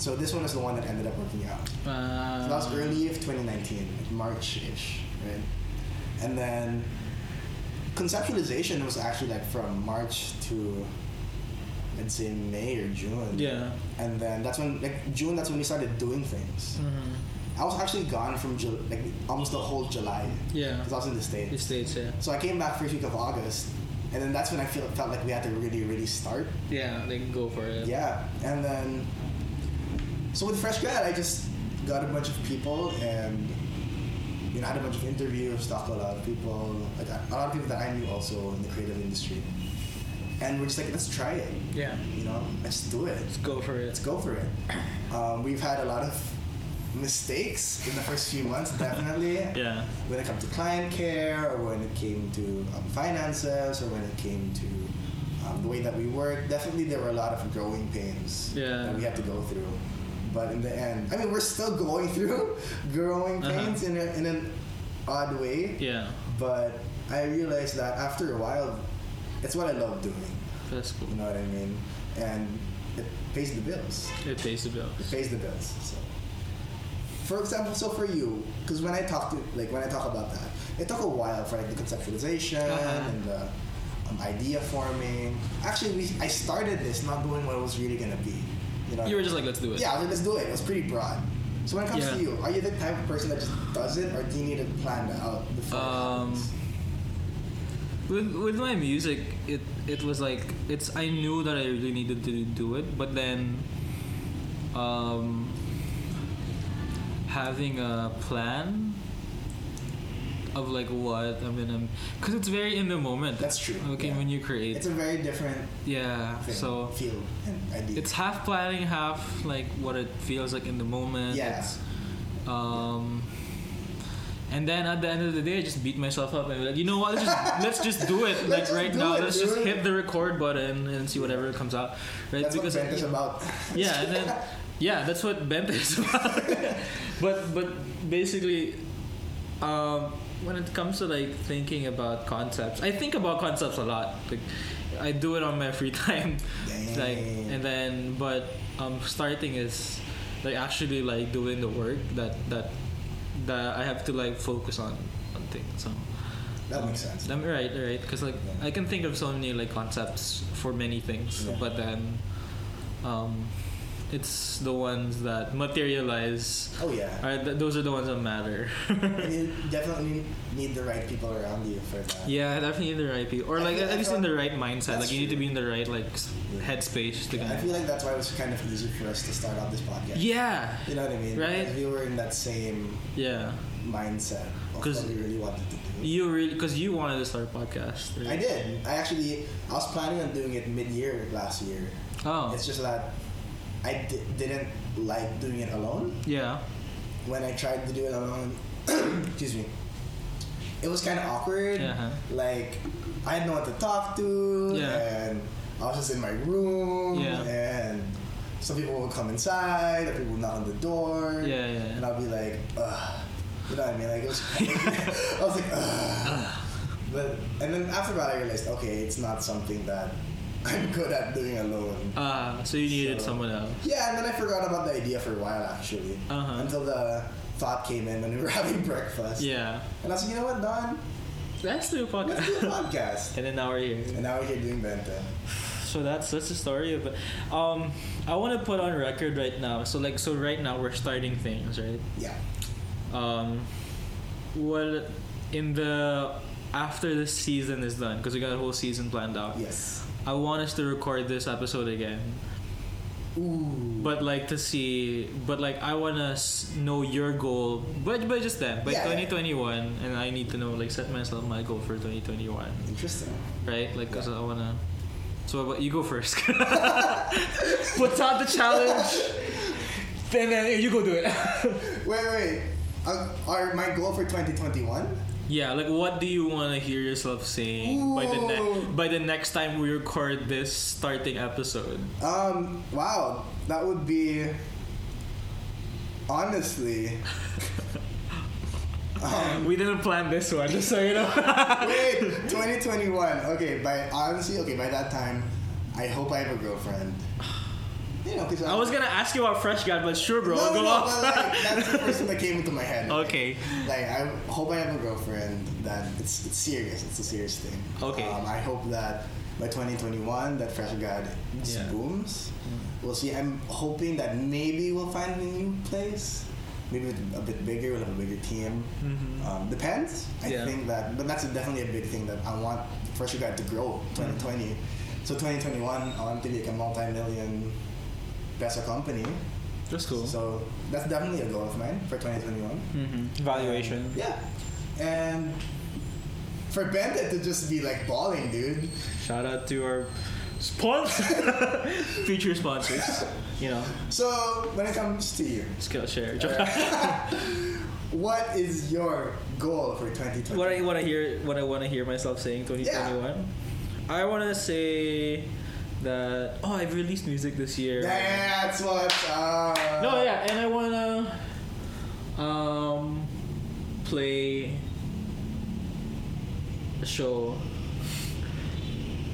Speaker 1: So this one is the one that ended up working out. So
Speaker 2: uh,
Speaker 1: that was early of 2019, like March-ish, right? And then conceptualization was actually like from March to I'd say May or June.
Speaker 2: yeah
Speaker 1: And then that's when like June, that's when we started doing things.
Speaker 2: hmm
Speaker 1: I was actually gone from Ju- like almost the whole July
Speaker 2: yeah
Speaker 1: because I was in the
Speaker 2: the
Speaker 1: States.
Speaker 2: states yeah
Speaker 1: So I came back first week of August, and then that's when I feel, felt like we had to really, really start.
Speaker 2: yeah they can go for it
Speaker 1: Yeah, and then so with fresh grad, I just got a bunch of people and you know had a bunch of interviews, talked to a lot of people, like a lot of people that I knew also in the creative industry, and we're just like, let's try it,
Speaker 2: yeah
Speaker 1: you know, let's do it,
Speaker 2: let's go for
Speaker 1: let's
Speaker 2: it
Speaker 1: go for it. Um, we've had a lot of mistakes in the first few months, definitely
Speaker 2: yeah
Speaker 1: when it comes to client care or when it came to um, finances or when it came to um, the way that we work definitely there were a lot of growing pains
Speaker 2: Yeah.
Speaker 1: that we had to go through but in the end i mean we're still [LAUGHS] going through growing
Speaker 2: Uh-huh.
Speaker 1: pains in, a, in an odd way
Speaker 2: yeah
Speaker 1: but i realized that after a while it's what i love doing
Speaker 2: that's cool
Speaker 1: you know what i mean and it pays the bills
Speaker 2: it pays the
Speaker 1: it
Speaker 2: bills
Speaker 1: pays the bills. So, for example, so for you, because when I talk to like when I talk about that, it took a while for like the conceptualization
Speaker 2: Uh-huh.
Speaker 1: and the um, idea forming. Actually, we, I started this not knowing what it was really gonna be. You know,
Speaker 2: You were just like, let's do it.
Speaker 1: yeah, I was like, let's do it. It was pretty broad. So when it comes
Speaker 2: Yeah.
Speaker 1: to you, are you the type of person that just does it, or do you need to plan that out before? it
Speaker 2: Um,
Speaker 1: happens?
Speaker 2: With with my music, it it was like it's I knew that I really needed to do it, but then, um, having a plan of like what I'm gonna, because it's very in the moment.
Speaker 1: That's true,
Speaker 2: Okay,
Speaker 1: yeah.
Speaker 2: when you create,
Speaker 1: it's a very different
Speaker 2: yeah.
Speaker 1: thing,
Speaker 2: So
Speaker 1: field and idea.
Speaker 2: it's half planning, half like what it feels like in the moment.
Speaker 1: Yeah.
Speaker 2: It's, um, and then at the end of the day, I just beat myself up and be like, you know what? Let's just, let's just
Speaker 1: [LAUGHS]
Speaker 2: do it.
Speaker 1: Let's
Speaker 2: like
Speaker 1: just
Speaker 2: right
Speaker 1: do
Speaker 2: now,
Speaker 1: it,
Speaker 2: let's just
Speaker 1: dude.
Speaker 2: hit the record button and see whatever comes out. Right?
Speaker 1: that's
Speaker 2: because
Speaker 1: what band is about.
Speaker 2: yeah, and then yeah, that's what bent is about. [LAUGHS] but but basically, um, when it comes to like thinking about concepts, I think about concepts a lot. Like I do it on my free [LAUGHS] time. [LAUGHS] like
Speaker 1: Dang.
Speaker 2: and then but um, starting is like actually like doing the work that that that I have to like focus on on things. So.
Speaker 1: that makes sense.
Speaker 2: Um, right, right. Because like
Speaker 1: Yeah.
Speaker 2: I can think of so many like concepts for many things,
Speaker 1: Yeah.
Speaker 2: but then, um, it's the ones that materialize.
Speaker 1: Oh yeah.
Speaker 2: Are th- those are the ones that matter. [LAUGHS]
Speaker 1: And you definitely need the right people around you for that.
Speaker 2: yeah, definitely in the right people, or
Speaker 1: I
Speaker 2: like
Speaker 1: feel-
Speaker 2: at
Speaker 1: I
Speaker 2: least
Speaker 1: feel-
Speaker 2: in the right mindset.
Speaker 1: That's
Speaker 2: Like you need to
Speaker 1: true.
Speaker 2: be in the right like s-
Speaker 1: Yeah.
Speaker 2: headspace to
Speaker 1: I
Speaker 2: kind
Speaker 1: feel
Speaker 2: of.
Speaker 1: like that's why it was kind of easy for us to start out this podcast.
Speaker 2: Yeah,
Speaker 1: You know what I mean?
Speaker 2: Right.
Speaker 1: If we were in that same
Speaker 2: yeah.
Speaker 1: mindset of what
Speaker 2: 'Cause-
Speaker 1: we really wanted to do.
Speaker 2: You really because you wanted to start a podcast. Right?
Speaker 1: I did. I actually, I was planning on doing it mid-year last year.
Speaker 2: Oh,
Speaker 1: It's just that I d- didn't like doing it alone.
Speaker 2: yeah.
Speaker 1: When I tried to do it alone, [CLEARS THROAT] excuse me, it was kind of awkward.
Speaker 2: Uh-huh.
Speaker 1: Like I didn't know what to talk to,
Speaker 2: Yeah.
Speaker 1: and I was just in my room,
Speaker 2: Yeah.
Speaker 1: and some people would come inside, other people would knock on the door,
Speaker 2: Yeah, yeah, yeah.
Speaker 1: and I'll be like, ugh. You know what I mean? Like it was,
Speaker 2: [LAUGHS]
Speaker 1: I was like, ugh. But and then after that, I realized, okay, it's not something that I'm [LAUGHS] good at doing alone.
Speaker 2: Uh, so you needed
Speaker 1: So-
Speaker 2: someone else.
Speaker 1: Yeah, and then I forgot about the idea for a while actually,
Speaker 2: Uh-huh.
Speaker 1: until the thought came in when we were [LAUGHS] having breakfast.
Speaker 2: Yeah,
Speaker 1: And I was like, you know what, Don?
Speaker 2: let's do a
Speaker 1: Let's do a [LAUGHS]
Speaker 2: podcast.
Speaker 1: podcast.
Speaker 2: [LAUGHS] and then now we're here.
Speaker 1: and now we're here doing Benta.
Speaker 2: So that's that's the story of it. Um, I want to put on record right now. So like so right now we're starting things, right?
Speaker 1: Yeah.
Speaker 2: Um, well, in the after the season is done because we got a whole season planned out.
Speaker 1: Yes.
Speaker 2: I want us to record this episode again,
Speaker 1: Ooh.
Speaker 2: but like to see, but like I want to know your goal, but but just then by
Speaker 1: Yeah, yeah.
Speaker 2: 2021, and I need to know like set myself my goal for 2021,
Speaker 1: Interesting.
Speaker 2: right? Like because
Speaker 1: Yeah.
Speaker 2: I wanna. So what about you go first? [LAUGHS] Puts out the challenge, then, then you go do it.
Speaker 1: Wait, wait. Uh, are my goal for 2021?
Speaker 2: [LAUGHS] yeah, like what do you want to hear yourself saying by the
Speaker 1: Ooh.
Speaker 2: next by the next time we record this starting episode?
Speaker 1: Um, wow. That would be.
Speaker 2: [LAUGHS]
Speaker 1: Honestly. um,
Speaker 2: We didn't plan this one, [LAUGHS] just so you know.
Speaker 1: wait, 2021. Okay, by honestly, okay, by that time, I hope I have a girlfriend. You know, because
Speaker 2: I was gonna ask you about Fresh Grad, but sure, bro,
Speaker 1: no,
Speaker 2: go
Speaker 1: no,
Speaker 2: off.
Speaker 1: but, like, that's the first
Speaker 2: [LAUGHS]
Speaker 1: thing that came into my head.
Speaker 2: okay.
Speaker 1: like I hope I have a girlfriend that it's, it's serious. It's a serious thing.
Speaker 2: Okay.
Speaker 1: Um, I hope that by 2021 that Fresh God just
Speaker 2: Yeah. Mm.
Speaker 1: booms. We'll see. I'm hoping that maybe we'll find a new place. Maybe a bit bigger. We'll have a bigger team.
Speaker 2: Mhm.
Speaker 1: Um, depends. I
Speaker 2: Yeah.
Speaker 1: think that, but that's definitely a big thing that I want Fresh God to grow. 2020.
Speaker 2: Mm-hmm.
Speaker 1: So 2021, I want to be like a multi-million peso company.
Speaker 2: That's cool.
Speaker 1: So that's definitely a goal of mine for 2021.
Speaker 2: hmm Valuation.
Speaker 1: Yeah. And for Bandit to just be like balling, dude.
Speaker 2: Shout out to our sponsor, [LAUGHS] future sponsors. You know,
Speaker 1: So when it comes to you,
Speaker 2: Skillshare.
Speaker 1: what is your goal for 2020?
Speaker 2: [LAUGHS] what I want to hear, what I want to hear myself saying, 2021. I want to say that oh, I've released music this year.
Speaker 1: That's uh, what's up.
Speaker 2: No, yeah, and I want to um play a show.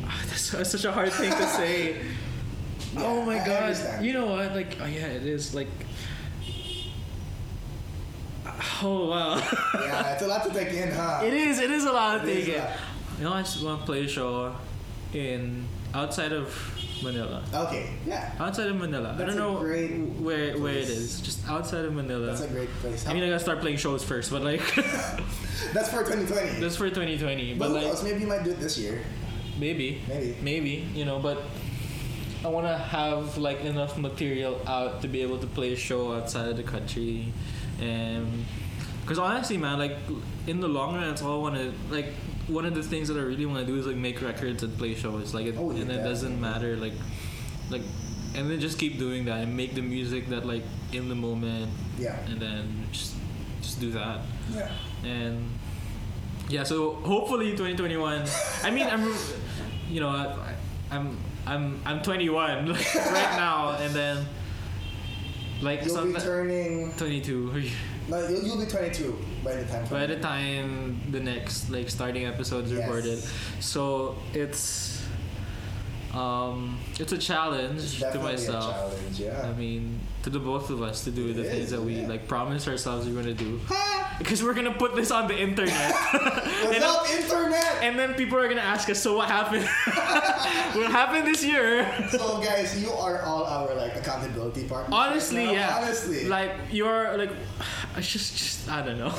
Speaker 2: Ah, That's, that's such a hard thing to say.
Speaker 1: [LAUGHS] Yeah,
Speaker 2: oh my
Speaker 1: I
Speaker 2: god!
Speaker 1: understand.
Speaker 2: You know what? Like, oh yeah, it is like. Oh wow. [LAUGHS]
Speaker 1: yeah, it's a lot to take in, huh?
Speaker 2: It is. It is a lot of
Speaker 1: It is
Speaker 2: thinking.
Speaker 1: a lot.
Speaker 2: You know, I just want to play a show in outside of Manila.
Speaker 1: Okay, yeah.
Speaker 2: Outside of Manila. I
Speaker 1: That's
Speaker 2: don't
Speaker 1: a
Speaker 2: know
Speaker 1: great
Speaker 2: where where it
Speaker 1: place.
Speaker 2: is. Just outside of Manila.
Speaker 1: That's a great place.
Speaker 2: I mean, I gotta start playing shows first,
Speaker 1: [LAUGHS]
Speaker 2: but like [LAUGHS]
Speaker 1: That's for 2020.
Speaker 2: that's for 2020.
Speaker 1: but
Speaker 2: But
Speaker 1: who
Speaker 2: like
Speaker 1: knows? Maybe you might do it this year.
Speaker 2: maybe,
Speaker 1: Maybe.
Speaker 2: maybe you know, but. I want to have like enough material out to be able to play a show outside of the country, and because honestly, man, like in the long run, it's all want to like one of the things that I really want to do is like make records and play shows. Like, it,
Speaker 1: Oh,
Speaker 2: and
Speaker 1: yeah.
Speaker 2: it doesn't matter like like, and then just keep doing that and make the music that like in the moment,
Speaker 1: Yeah.
Speaker 2: and then just just do that
Speaker 1: Yeah.
Speaker 2: and yeah so hopefully 2021 i mean i'm you know I, i'm i'm i'm 21 [LAUGHS] right now and then like
Speaker 1: You'll be
Speaker 2: someti-
Speaker 1: turning.
Speaker 2: [LAUGHS] 22
Speaker 1: No, you'll, you'll be 22 by the time.
Speaker 2: by the time the next like starting episode is
Speaker 1: Yes.
Speaker 2: recorded so it's um it's a
Speaker 1: It's
Speaker 2: challenge to
Speaker 1: definitely
Speaker 2: myself
Speaker 1: a challenge. Yeah.
Speaker 2: I mean, to the both of us to do
Speaker 1: It
Speaker 2: the things
Speaker 1: is,
Speaker 2: that we
Speaker 1: yeah.
Speaker 2: like promised ourselves we're gonna do, [LAUGHS] because we're gonna put this on
Speaker 1: [LAUGHS]
Speaker 2: the internet,
Speaker 1: What's
Speaker 2: and,
Speaker 1: up, internet?
Speaker 2: and then people are gonna ask us, so what happened? [LAUGHS] what happened this year?
Speaker 1: so guys, you are all our like accountability partners. right
Speaker 2: Honestly,
Speaker 1: now.
Speaker 2: yeah.
Speaker 1: Honestly, like,
Speaker 2: Like you're like, [SIGHS] I just just I don't know. [LAUGHS]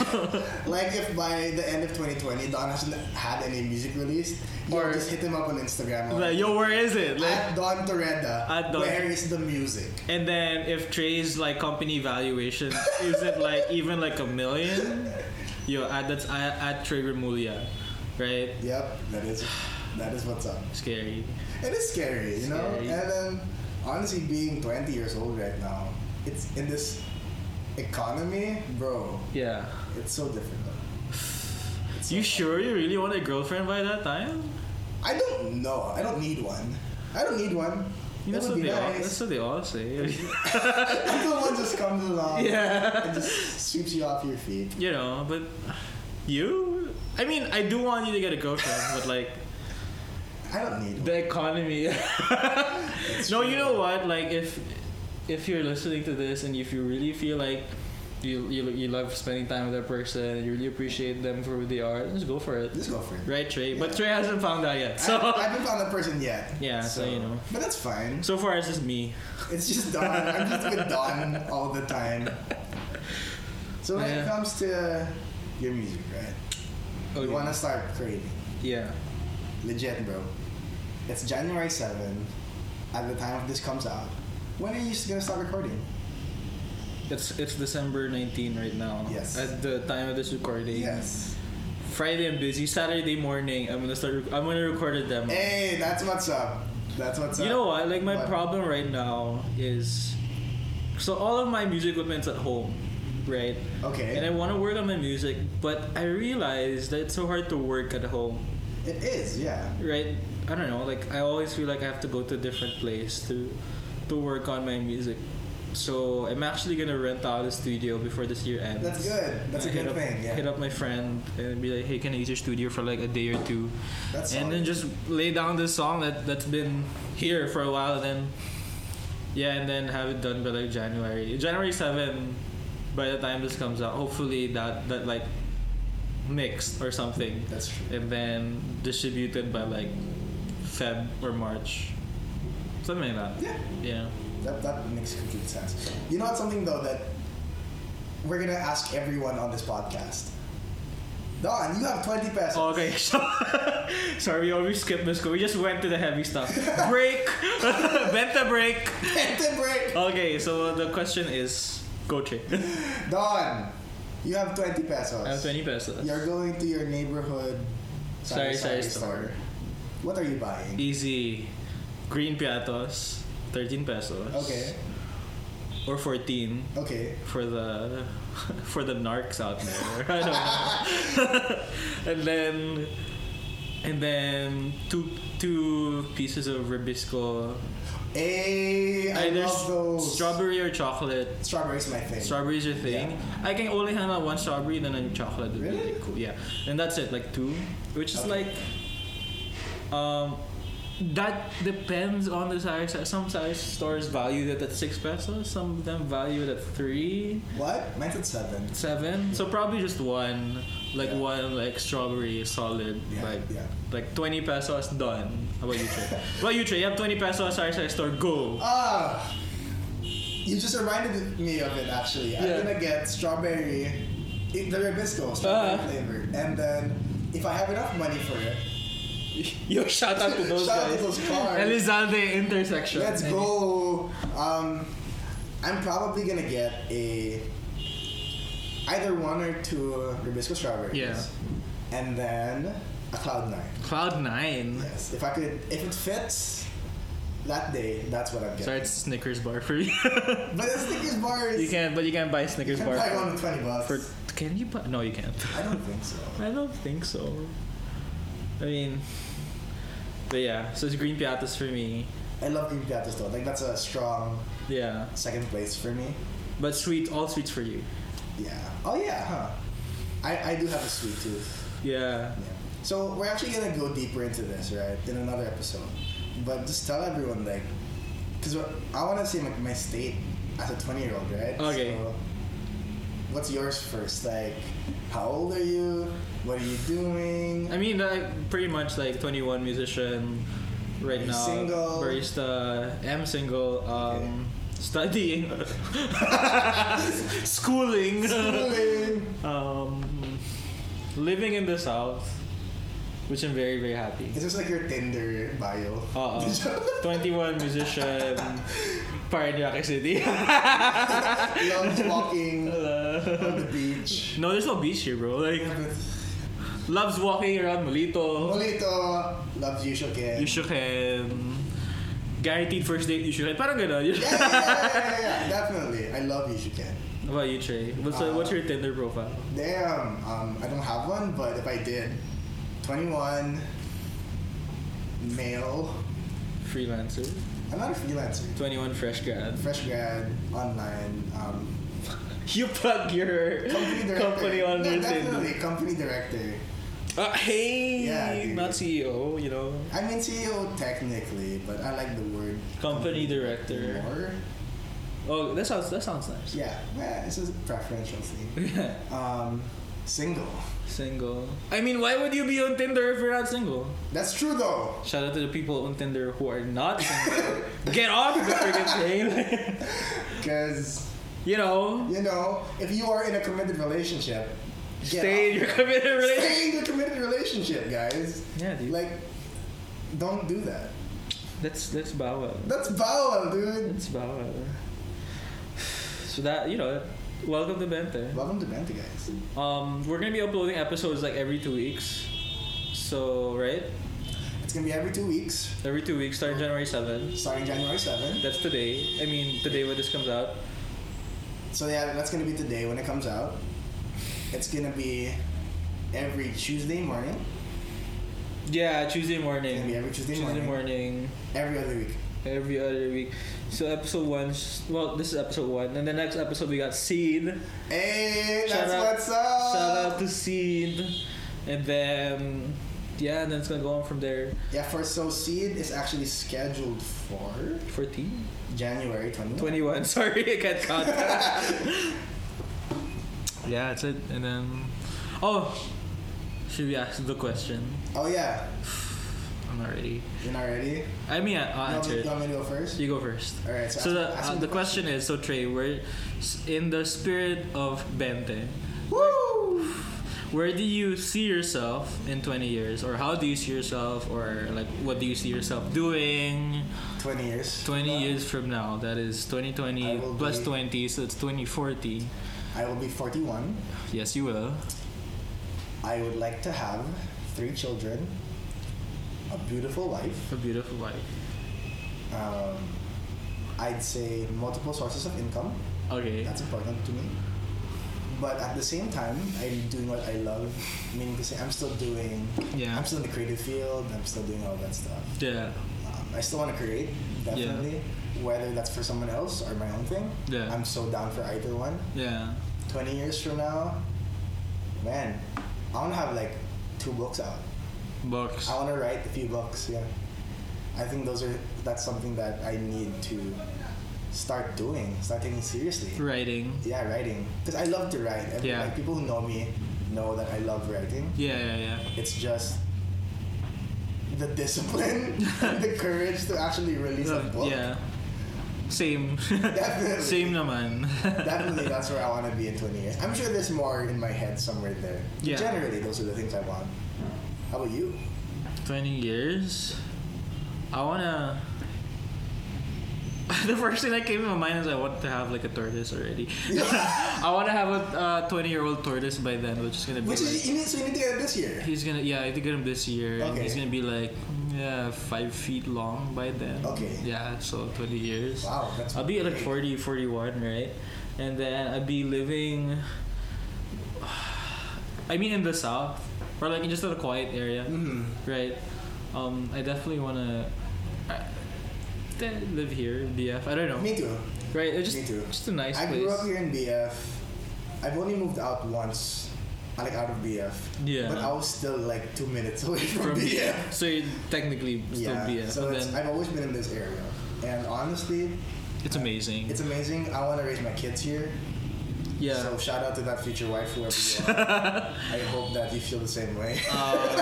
Speaker 1: if by the end of 2020 Don hasn't had any music released, you
Speaker 2: Or-
Speaker 1: just hit him up on Instagram. Or,
Speaker 2: like yo, where is it? Like,
Speaker 1: at Don Torreda,
Speaker 2: At Don-
Speaker 1: where is the music?
Speaker 2: and then if Trey's like company valuation isn't like even like a million, yo, at that's at, at Trey Remulia, right?
Speaker 1: Yep, that is that is what's up.
Speaker 2: Scary.
Speaker 1: It is scary, you know.
Speaker 2: Scary.
Speaker 1: And then, honestly, being 20 years old right now, it's in this economy, bro.
Speaker 2: Yeah.
Speaker 1: It's so different.
Speaker 2: [SIGHS]
Speaker 1: though. It's
Speaker 2: You
Speaker 1: so-
Speaker 2: sure you really want a girlfriend by that time?
Speaker 1: I don't know. I don't need one. I don't need one.
Speaker 2: You know,
Speaker 1: That
Speaker 2: that's, what
Speaker 1: would be
Speaker 2: they all,
Speaker 1: nice. [LAUGHS]
Speaker 2: that's what they all say.
Speaker 1: Until one just comes along
Speaker 2: [LAUGHS] yeah.
Speaker 1: and just sweeps you off your feet.
Speaker 2: You know, but you? I mean, I do want you to get a girlfriend, but like
Speaker 1: I don't need one.
Speaker 2: the economy.
Speaker 1: [LAUGHS] It's
Speaker 2: no,
Speaker 1: true.
Speaker 2: you know what? Like if if you're listening to this and if you really feel like you, you, you love spending time with that person and you really appreciate them for who they are, just go for it.
Speaker 1: Just go for it.
Speaker 2: Right, Trey?
Speaker 1: Yeah.
Speaker 2: But Trey hasn't found out yet. So
Speaker 1: I, [LAUGHS] I haven't found that person yet.
Speaker 2: Yeah, so, you know.
Speaker 1: But that's fine.
Speaker 2: so far it's just me.
Speaker 1: It's just Don. I'm just with Don all the time. So when it
Speaker 2: Yeah. Oh,
Speaker 1: comes to your music, right?
Speaker 2: Okay.
Speaker 1: Oh, You want to start creating.
Speaker 2: Yeah.
Speaker 1: Legit, bro. It's January 7th. At the time this comes out, when are you s- gonna start recording?
Speaker 2: It's it's December 19 right now.
Speaker 1: Yes.
Speaker 2: At the time of this recording.
Speaker 1: Yes.
Speaker 2: Friday I'm busy. Saturday morning I'm gonna start. Rec- I'm gonna record a demo.
Speaker 1: Hey, that's what's up. That's what's up.
Speaker 2: you know what? Like my
Speaker 1: What?
Speaker 2: problem right now is, so all of my music equipment's at home, right?
Speaker 1: Okay.
Speaker 2: And I want to work on my music, but I realize that it's so hard to work at home,
Speaker 1: it is, yeah.
Speaker 2: right? I don't know. Like I always feel like I have to go to a different place to, to work on my music. So I'm actually gonna rent out a studio before this year ends.
Speaker 1: That's good. That's a
Speaker 2: I hit
Speaker 1: good
Speaker 2: up-
Speaker 1: thing. Yeah.
Speaker 2: Hit up my friend and be like, "Hey, can I use your studio for like a day or two?
Speaker 1: That's
Speaker 2: and
Speaker 1: solid.
Speaker 2: then just lay down this song that that's been here for a while, and then yeah, and then have it done by like January, January seven. By the time this comes out, hopefully that that like mixed or something,
Speaker 1: That's true.
Speaker 2: and then distributed by like Feb or March, something like that.
Speaker 1: Yeah.
Speaker 2: Yeah.
Speaker 1: That, that makes complete sense. You know what's something though that we're gonna ask everyone on this podcast. Don, you have twenty pesos.
Speaker 2: Oh,
Speaker 1: [LAUGHS]
Speaker 2: Okay, [LAUGHS] so sorry, we always skip this. We just went to the heavy
Speaker 1: [LAUGHS]
Speaker 2: stuff. Break, [LAUGHS] benta break.
Speaker 1: Take the break.
Speaker 2: Okay, so the question is, go check.
Speaker 1: Don, you have twenty pesos.
Speaker 2: I have twenty pesos.
Speaker 1: You're going to your neighborhood
Speaker 2: Sorry, sorry, store.
Speaker 1: What are you buying?
Speaker 2: Easy, green piatos, thirteen pesos.
Speaker 1: Okay,
Speaker 2: Or fourteen
Speaker 1: okay.
Speaker 2: for the [LAUGHS] for the narcs out there. [LAUGHS] I don't know. [LAUGHS] and then and then two two pieces of ribisco.
Speaker 1: Hey, I
Speaker 2: Either
Speaker 1: love those.
Speaker 2: strawberry or chocolate.
Speaker 1: Strawberry's my thing.
Speaker 2: Strawberries your thing. I can only handle one strawberry, then a chocolate would be
Speaker 1: Really?
Speaker 2: like cool. Yeah, and that's it, like two, which is
Speaker 1: Okay.
Speaker 2: like, um, that depends on the size. Some size stores value it at six pesos. Some of them value it at three,
Speaker 1: What? Mine's at seven.
Speaker 2: seven. So probably just one, like
Speaker 1: Yeah.
Speaker 2: one like strawberry solid,
Speaker 1: Yeah,
Speaker 2: like
Speaker 1: yeah.
Speaker 2: like twenty pesos done. How about
Speaker 1: [LAUGHS]
Speaker 2: you, Trey? How about you, Trey? You have twenty pesos size size store. Go.
Speaker 1: Ah, you just reminded me of it. Actually,
Speaker 2: Yeah.
Speaker 1: I'm gonna get strawberry, i- the Ribisco strawberry
Speaker 2: Uh-huh.
Speaker 1: flavor, and then if I have enough money for
Speaker 2: [LAUGHS]
Speaker 1: it,
Speaker 2: [LAUGHS] Yo, shout out to those
Speaker 1: shout out
Speaker 2: guys.
Speaker 1: to those cars.
Speaker 2: Elizalde intersection.
Speaker 1: Let's go. Um, I'm probably gonna get a either one or two Ribisco strawberries.
Speaker 2: Yeah.
Speaker 1: And then a cloud nine.
Speaker 2: Cloud nine.
Speaker 1: Yes. If I could, if it fits that day, that's what I'm getting.
Speaker 2: Sorry, it's Snickers bar for you. [LAUGHS]
Speaker 1: But the Snickers bar is.
Speaker 2: you can't, but you can't buy
Speaker 1: you
Speaker 2: Snickers
Speaker 1: can
Speaker 2: bar.
Speaker 1: buy one with twenty bucks.
Speaker 2: For can you buy? No, you can't.
Speaker 1: I don't think so.
Speaker 2: I don't think so. I mean, but yeah. So it's green piatas for me.
Speaker 1: I love green piatas though. Like that's a strong
Speaker 2: Yeah,
Speaker 1: second place for me.
Speaker 2: but sweet, all sweets for you.
Speaker 1: Yeah. Oh yeah, huh? I, I do have a sweet tooth.
Speaker 2: Yeah.
Speaker 1: Yeah. So we're actually gonna go deeper into this, right, in another episode. But just tell everyone, like, because I want to say like my state as a twenty-year-old, right?
Speaker 2: Okay.
Speaker 1: So, what's yours first? Like, how old are you? What are you doing?
Speaker 2: [LAUGHS] I mean, like pretty much like 21 musician right
Speaker 1: Are you
Speaker 2: now.
Speaker 1: single?
Speaker 2: Barista. Am single. Um,
Speaker 1: Okay. [LAUGHS]
Speaker 2: Studying. Schooling.
Speaker 1: Schooling.
Speaker 2: um, living in the south, which I'm very very happy.
Speaker 1: Is this like your Tinder bio?
Speaker 2: Uh oh. 21 musician, Paranaque City.
Speaker 1: Loves
Speaker 2: [LAUGHS]
Speaker 1: walking on the
Speaker 2: no,
Speaker 1: beach.
Speaker 2: there's no beach here, bro. Like, loves walking around Molito.
Speaker 1: Molito loves Yushoken.
Speaker 2: You shook him. Guaranteed first date, you shook him. Parang ganun. You
Speaker 1: Yeah, yeah, yeah, yeah, yeah, definitely. I love Yushoken.
Speaker 2: How about you, Trey? What's, uh, what's your Tinder profile?
Speaker 1: Damn, um, I don't have one, but if I did, 21, male.
Speaker 2: Freelancer.
Speaker 1: I'm not a freelancer.
Speaker 2: 21 fresh grad.
Speaker 1: Fresh grad, online. Um,
Speaker 2: [LAUGHS] You plug your [LAUGHS]
Speaker 1: company director.
Speaker 2: company on
Speaker 1: no,
Speaker 2: your
Speaker 1: definitely
Speaker 2: Tinder.
Speaker 1: company director.
Speaker 2: Uh, hey,
Speaker 1: Yeah, dude.
Speaker 2: not CEO, you know.
Speaker 1: I mean CEO E technically, but I like the word
Speaker 2: Company director.
Speaker 1: more.
Speaker 2: Oh, that sounds that sounds nice.
Speaker 1: Yeah, yeah, it's a preferential thing. Um, single.
Speaker 2: [LAUGHS] single. I mean, why would you be on Tinder if you're not single?
Speaker 1: That's true though.
Speaker 2: Shout out to the people on Tinder who are
Speaker 1: [LAUGHS]
Speaker 2: not single. Get off the freaking thing.
Speaker 1: Because,
Speaker 2: [LAUGHS] you know,
Speaker 1: you know, if you are in a committed relationship, get
Speaker 2: stay in your committed relationship.
Speaker 1: Stay in your committed relationship, guys.
Speaker 2: Yeah, dude.
Speaker 1: Like, don't do that.
Speaker 2: that's that's bawal.
Speaker 1: That's bawal, dude.
Speaker 2: That's bawal. [SIGHS] So that you know, welcome to Bente.
Speaker 1: Welcome to Banta, guys.
Speaker 2: Um, we're gonna be uploading episodes like every two weeks. So right,
Speaker 1: It's gonna be every two weeks,
Speaker 2: every two weeks, starting January seventh.
Speaker 1: starting January 7th.
Speaker 2: That's today. I mean, today when this comes out.
Speaker 1: So yeah, that's gonna be today when it comes out. It's gonna be every Tuesday morning.
Speaker 2: Yeah, Tuesday morning.
Speaker 1: It's gonna be every Tuesday,
Speaker 2: Tuesday
Speaker 1: morning.
Speaker 2: morning.
Speaker 1: Every other week.
Speaker 2: every other week. So episode one, well, this is episode one, and the next episode we got Seed.
Speaker 1: Hey,
Speaker 2: Shout
Speaker 1: that's
Speaker 2: out-
Speaker 1: what's up.
Speaker 2: Shout out to Seed, and then yeah, and then it's gonna go on from there.
Speaker 1: Yeah, for so seed is actually scheduled for
Speaker 2: 14,
Speaker 1: January 20th.
Speaker 2: 21. [LAUGHS] Sorry, I can't count. [LAUGHS] yeah, that's it. And then oh, should we ask the question?
Speaker 1: Oh yeah,
Speaker 2: I'm not ready.
Speaker 1: you're not ready.
Speaker 2: I mean,
Speaker 1: you,
Speaker 2: I- I'll
Speaker 1: want me,
Speaker 2: answer
Speaker 1: you
Speaker 2: it.
Speaker 1: want me to go first?
Speaker 2: You go first.
Speaker 1: All right. So,
Speaker 2: So the,
Speaker 1: ask- ask
Speaker 2: uh,
Speaker 1: me
Speaker 2: the question is so Trey, we're s- in the spirit of Bente.
Speaker 1: Woo!
Speaker 2: Where do you see yourself in 20 years? Or how do you see yourself? Or like what do you see yourself doing
Speaker 1: 20 years.
Speaker 2: 20
Speaker 1: Uh,
Speaker 2: years from now? That is
Speaker 1: I
Speaker 2: 2020
Speaker 1: will
Speaker 2: plus
Speaker 1: be-
Speaker 2: 20, so it's 2040.
Speaker 1: I will be 41.
Speaker 2: Yes, you will.
Speaker 1: I would like to have three children, a beautiful wife.
Speaker 2: A beautiful wife.
Speaker 1: Um, I'd say multiple sources of income.
Speaker 2: Okay.
Speaker 1: That's important to me. But at the same time, I'm doing what I love. Meaning to say, I'm still doing.
Speaker 2: Yeah.
Speaker 1: I'm still in the creative field. I'm still doing all that stuff.
Speaker 2: Yeah.
Speaker 1: Um, I still want to create, definitely. Whether that's for someone else or my own thing,
Speaker 2: Yeah.
Speaker 1: I'm so down for either one.
Speaker 2: Yeah.
Speaker 1: 20 years from now, man, I want to have like two books out.
Speaker 2: Books.
Speaker 1: I want to write a few books, yeah. I think those are that's something that I need to start doing, start taking seriously.
Speaker 2: Writing.
Speaker 1: Yeah, writing because I love to write. And
Speaker 2: Yeah.
Speaker 1: like, people who know me know that I love writing.
Speaker 2: Yeah, yeah, yeah.
Speaker 1: It's just the discipline, [LAUGHS] and the courage to actually release a
Speaker 2: Uh,
Speaker 1: book.
Speaker 2: yeah. Same.
Speaker 1: Definitely.
Speaker 2: [LAUGHS] Same naman. [LAUGHS]
Speaker 1: Definitely, that's where I want to be in 20 years. I'm sure there's more in my head somewhere there.
Speaker 2: Yeah.
Speaker 1: Generally, those are the things I want. How about you?
Speaker 2: 20 years. I wanna. [LAUGHS] the first thing that came to my mind is I want to have like a tortoise already. [LAUGHS] I want to have a 20 year old tortoise by then, which is gonna be.
Speaker 1: Which
Speaker 2: like-
Speaker 1: is you need so you need to get it this year.
Speaker 2: He's gonna, yeah, I think him this year, and
Speaker 1: Okay.
Speaker 2: he's gonna be like, yeah, five feet long by then.
Speaker 1: Okay.
Speaker 2: Yeah, so 20 years.
Speaker 1: Wow, that's.
Speaker 2: I'll be at like
Speaker 1: great.
Speaker 2: 40, 41, right? And then I'll be living, I mean, in the south, or like just in a quiet area,
Speaker 1: Mhm.
Speaker 2: right? Um, I definitely wanna uh, de- live here, in BF. I don't know,
Speaker 1: Me too.
Speaker 2: right? It's
Speaker 1: me
Speaker 2: just,
Speaker 1: too.
Speaker 2: just a nice
Speaker 1: I
Speaker 2: place.
Speaker 1: grew up here in BF. I've only moved out once, uh, like out of BF.
Speaker 2: Yeah.
Speaker 1: But I was still like two minutes [LAUGHS] away from,
Speaker 2: From
Speaker 1: BF.
Speaker 2: So you're technically still
Speaker 1: Yeah.
Speaker 2: BF,
Speaker 1: So
Speaker 2: and
Speaker 1: it's,
Speaker 2: then
Speaker 1: I've always been in this area, and honestly,
Speaker 2: it's amazing.
Speaker 1: it's amazing. I want to raise my kids here.
Speaker 2: yeah.
Speaker 1: So shout out to that future wife, whoever
Speaker 2: [LAUGHS]
Speaker 1: you are. I hope that you feel the same way. [LAUGHS]
Speaker 2: Um,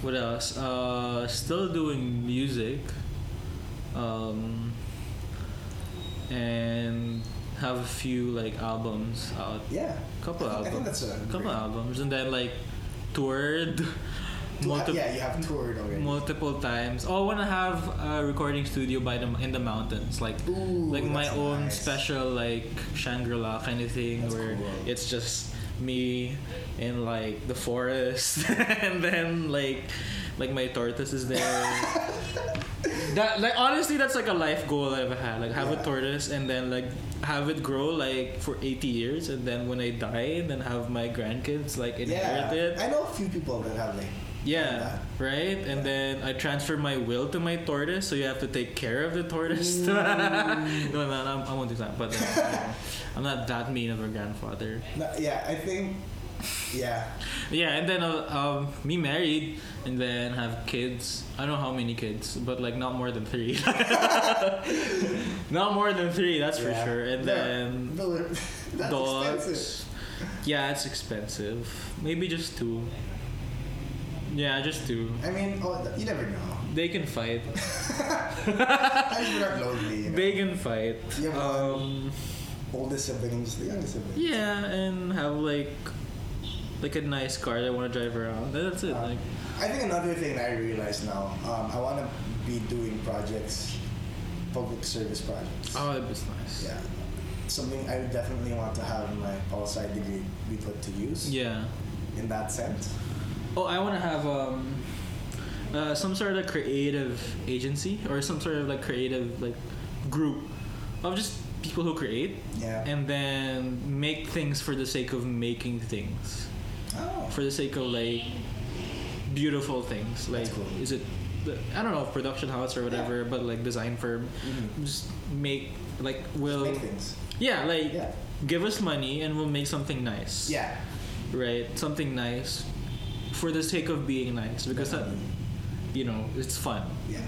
Speaker 2: [LAUGHS] what else? Uh, still doing music. Um, and have a few like albums out.
Speaker 1: yeah.
Speaker 2: Couple
Speaker 1: I think- I think
Speaker 2: albums.
Speaker 1: that's a
Speaker 2: couple
Speaker 1: great-
Speaker 2: albums, and then like toured [LAUGHS]
Speaker 1: Tu-
Speaker 2: multi-
Speaker 1: yeah, you have toured already.
Speaker 2: multiple times. Oh, I wanna have a recording studio by the in the mountains, like
Speaker 1: Ooh,
Speaker 2: like my
Speaker 1: that's
Speaker 2: own
Speaker 1: nice.
Speaker 2: special like Shangri La kind of thing
Speaker 1: That's
Speaker 2: where
Speaker 1: cool.
Speaker 2: it's just me in like the forest [LAUGHS] and then like like my tortoise is
Speaker 1: [LAUGHS]
Speaker 2: there. that like honestly that's like a life goal I ever had. Like have
Speaker 1: Yeah.
Speaker 2: a tortoise and then like have it grow like for eighty years and then when I die then have my grandkids like inherit it.
Speaker 1: I know a few people that have like.
Speaker 2: Yeah, right? And then I transfer my will to my tortoise, so you have to take care of the tortoise. [LAUGHS] no, no, no, I won't do that, but uh, I'm not that mean of a grandfather.
Speaker 1: No, yeah, I think. Yeah,
Speaker 2: Yeah, and then uh, um, me married, and then have kids. I don't know how many kids, but like not more than three. [LAUGHS] not more than three, that's
Speaker 1: yeah.
Speaker 2: [LAUGHS] for sure. And
Speaker 1: No,
Speaker 2: then
Speaker 1: no, [LAUGHS] that's
Speaker 2: dogs.
Speaker 1: expensive.
Speaker 2: Yeah, it's expensive. Maybe just two. Yeah, just two.
Speaker 1: I mean, oh, th- you never know.
Speaker 2: [LAUGHS] They can fight.
Speaker 1: I just grew up lonely. You know?
Speaker 2: They can fight.
Speaker 1: Yeah, but-
Speaker 2: Um,
Speaker 1: Oldest sibling and just the youngest sibling.
Speaker 2: yeah, and have like like a nice car that I want to drive around. That- That's it.
Speaker 1: Uh,
Speaker 2: Like,
Speaker 1: I think another thing that I realize now, um, I want to be doing projects, public service projects.
Speaker 2: oh, that was nice.
Speaker 1: Yeah. Something I would definitely want to have my poli sci degree be put to use
Speaker 2: Yeah.
Speaker 1: in that sense.
Speaker 2: Oh, I want to have um, uh, some sort of creative agency or some sort of like creative like group of just people who create
Speaker 1: Yeah.
Speaker 2: and then make things for the sake of making things.
Speaker 1: oh.
Speaker 2: for the sake of like beautiful things. Like,
Speaker 1: That's cool.
Speaker 2: is it? the- I don't know, production house or whatever, but like design firm,
Speaker 1: Mhm.
Speaker 2: just make like will
Speaker 1: Oh, Make things.
Speaker 2: yeah like
Speaker 1: Yeah.
Speaker 2: give us money and we'll make something nice.
Speaker 1: Yeah.
Speaker 2: right. Something nice for the sake of being nice because that,
Speaker 1: Definitely.
Speaker 2: you know it's fun.
Speaker 1: Yeah.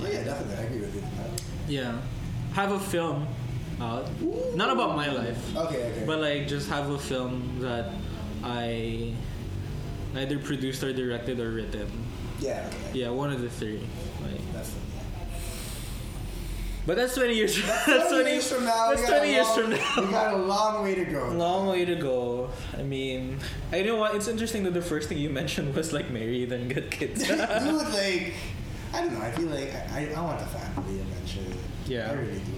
Speaker 1: Oh yeah, definitely. I agree with you.
Speaker 2: Yeah, have a film out, not about my life,
Speaker 1: Okay. Okay.
Speaker 2: But like, just have a film that I either produced or directed or written.
Speaker 1: yeah. Okay.
Speaker 2: Yeah, one of the three. Like,
Speaker 1: Definitely.
Speaker 2: but that's twenty years. [LAUGHS] That's, twenty
Speaker 1: years from now.
Speaker 2: That's
Speaker 1: we got
Speaker 2: twenty
Speaker 1: a
Speaker 2: years
Speaker 1: long-
Speaker 2: from now.
Speaker 1: We got a long way to go.
Speaker 2: [LAUGHS] Long way to go. I mean, I know what. It's interesting that the first thing you [LAUGHS] mentioned was like marry, then get
Speaker 1: [LAUGHS] [LAUGHS]
Speaker 2: kids. [LAUGHS]
Speaker 1: Dude, like, I don't know. I feel like I, I, I want a family eventually.
Speaker 2: Yeah.
Speaker 1: I really do.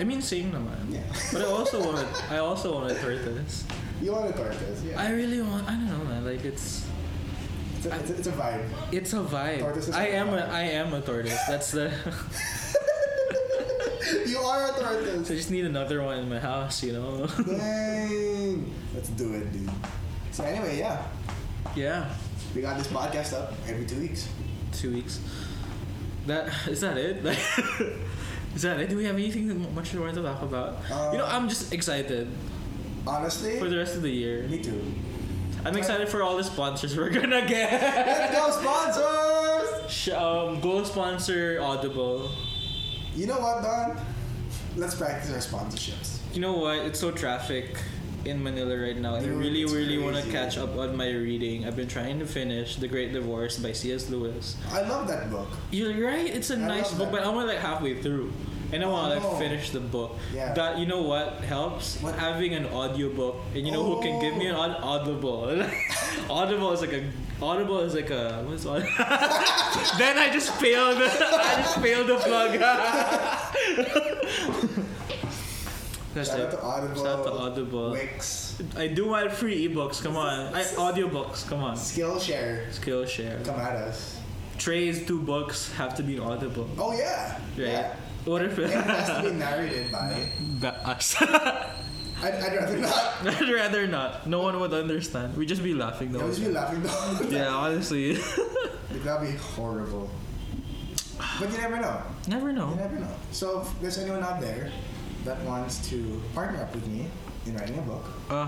Speaker 2: I mean, same naman.
Speaker 1: Yeah.
Speaker 2: But I also wanted. I also wanted tortoise.
Speaker 1: You want a tortoise, yeah.
Speaker 2: I really want. I don't know, man. Like it's.
Speaker 1: it's, a, it's, a, it's a vibe. [LAUGHS]
Speaker 2: It's a vibe.
Speaker 1: Tortoise is
Speaker 2: I
Speaker 1: a
Speaker 2: am a
Speaker 1: vibe.
Speaker 2: I am a tortoise. That's the. [LAUGHS]
Speaker 1: you are a
Speaker 2: so I
Speaker 1: tortoise.
Speaker 2: just need another one in my house, you know. [LAUGHS]
Speaker 1: Dang. Let's do it, dude. So anyway, yeah,
Speaker 2: yeah,
Speaker 1: we got this podcast up every two weeks.
Speaker 2: two weeks. That [LAUGHS] is that it. is that it? Do we have anything that mu- much we want to talk about? you know,
Speaker 1: Uh,
Speaker 2: I'm just excited
Speaker 1: Honestly,
Speaker 2: for the rest of the year.
Speaker 1: me too.
Speaker 2: I'm excited for all the sponsors we're [LAUGHS] gonna get.
Speaker 1: Let's go, sponsors!
Speaker 2: Sh- um, go sponsor Audible.
Speaker 1: You know what, Don? Let's practice our sponsorships.
Speaker 2: You know what? It's so traffic in Manila right now. I
Speaker 1: Dude,
Speaker 2: really,
Speaker 1: it's
Speaker 2: really want to
Speaker 1: crazy.
Speaker 2: catch up on my reading. I've been trying to finish The Great Divorce by C.S. Lewis.
Speaker 1: I love that book.
Speaker 2: You're right. It's a
Speaker 1: I
Speaker 2: nice
Speaker 1: love
Speaker 2: book,
Speaker 1: that.
Speaker 2: but I'm only like halfway through, and I want to
Speaker 1: Oh, no.
Speaker 2: like finish the book.
Speaker 1: Yeah.
Speaker 2: That you know what helps
Speaker 1: What? Oh.
Speaker 2: having an audiobook, and you know who can give me an aud- audible. [LAUGHS] audible is like a audible is like a what's audible? [LAUGHS] then I just failed. I just failed the plug. [LAUGHS] That's
Speaker 1: Shout out
Speaker 2: it.
Speaker 1: to Audible.
Speaker 2: Shout out to Audible.
Speaker 1: Wix.
Speaker 2: I do want free ebooks. Come on, I, audiobooks. Come on.
Speaker 1: Skillshare.
Speaker 2: Skillshare.
Speaker 1: Come at us.
Speaker 2: Trey's two books have to be an audible.
Speaker 1: Oh, yeah.
Speaker 2: Right.
Speaker 1: Yeah.
Speaker 2: What if
Speaker 1: And it [LAUGHS] has to be narrated
Speaker 2: [LAUGHS]
Speaker 1: by.
Speaker 2: Ba- us?
Speaker 1: I'd, I'd rather not.
Speaker 2: I'd rather not. No one would understand. We'd just be laughing
Speaker 1: I
Speaker 2: though.
Speaker 1: would just be laughing though.
Speaker 2: Yeah, honestly.
Speaker 1: That'd be horrible. But you never know.
Speaker 2: [LAUGHS] Never
Speaker 1: You
Speaker 2: know.
Speaker 1: never know. So if there's anyone out there that wants to partner up with me in writing a book, [LAUGHS]
Speaker 2: Uh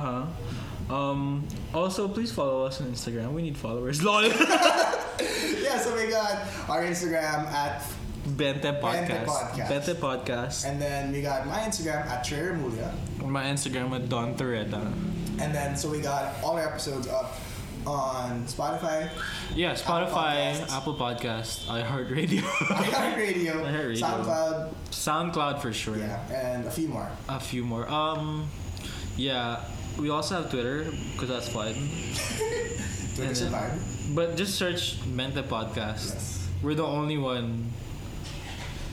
Speaker 2: huh. Um. Also, please follow us on Instagram. We need followers. [LAUGHS] Lol.
Speaker 1: yeah. So we got our Instagram at,
Speaker 2: Bente
Speaker 1: Bente
Speaker 2: podcast.
Speaker 1: Podcast.
Speaker 2: Bente podcast.
Speaker 1: and then we got my Instagram at Trey Mulia,
Speaker 2: My Instagram at Don Torreta.
Speaker 1: and then so we got all our episodes up on Spotify, [LAUGHS]
Speaker 2: Yeah, Spotify,
Speaker 1: Podcasts.
Speaker 2: Apple Podcast,
Speaker 1: [LAUGHS]
Speaker 2: iHeartRadio, [LAUGHS]
Speaker 1: iHeartRadio,
Speaker 2: iHeartRadio.
Speaker 1: SoundCloud,
Speaker 2: SoundCloud for sure.
Speaker 1: yeah, and a few more.
Speaker 2: A few more. Um. Yeah. We also have Twitter because that's fun.
Speaker 1: Twitter
Speaker 2: And then-
Speaker 1: survived.
Speaker 2: But just search Mente Podcast.
Speaker 1: Yes.
Speaker 2: We're the only one.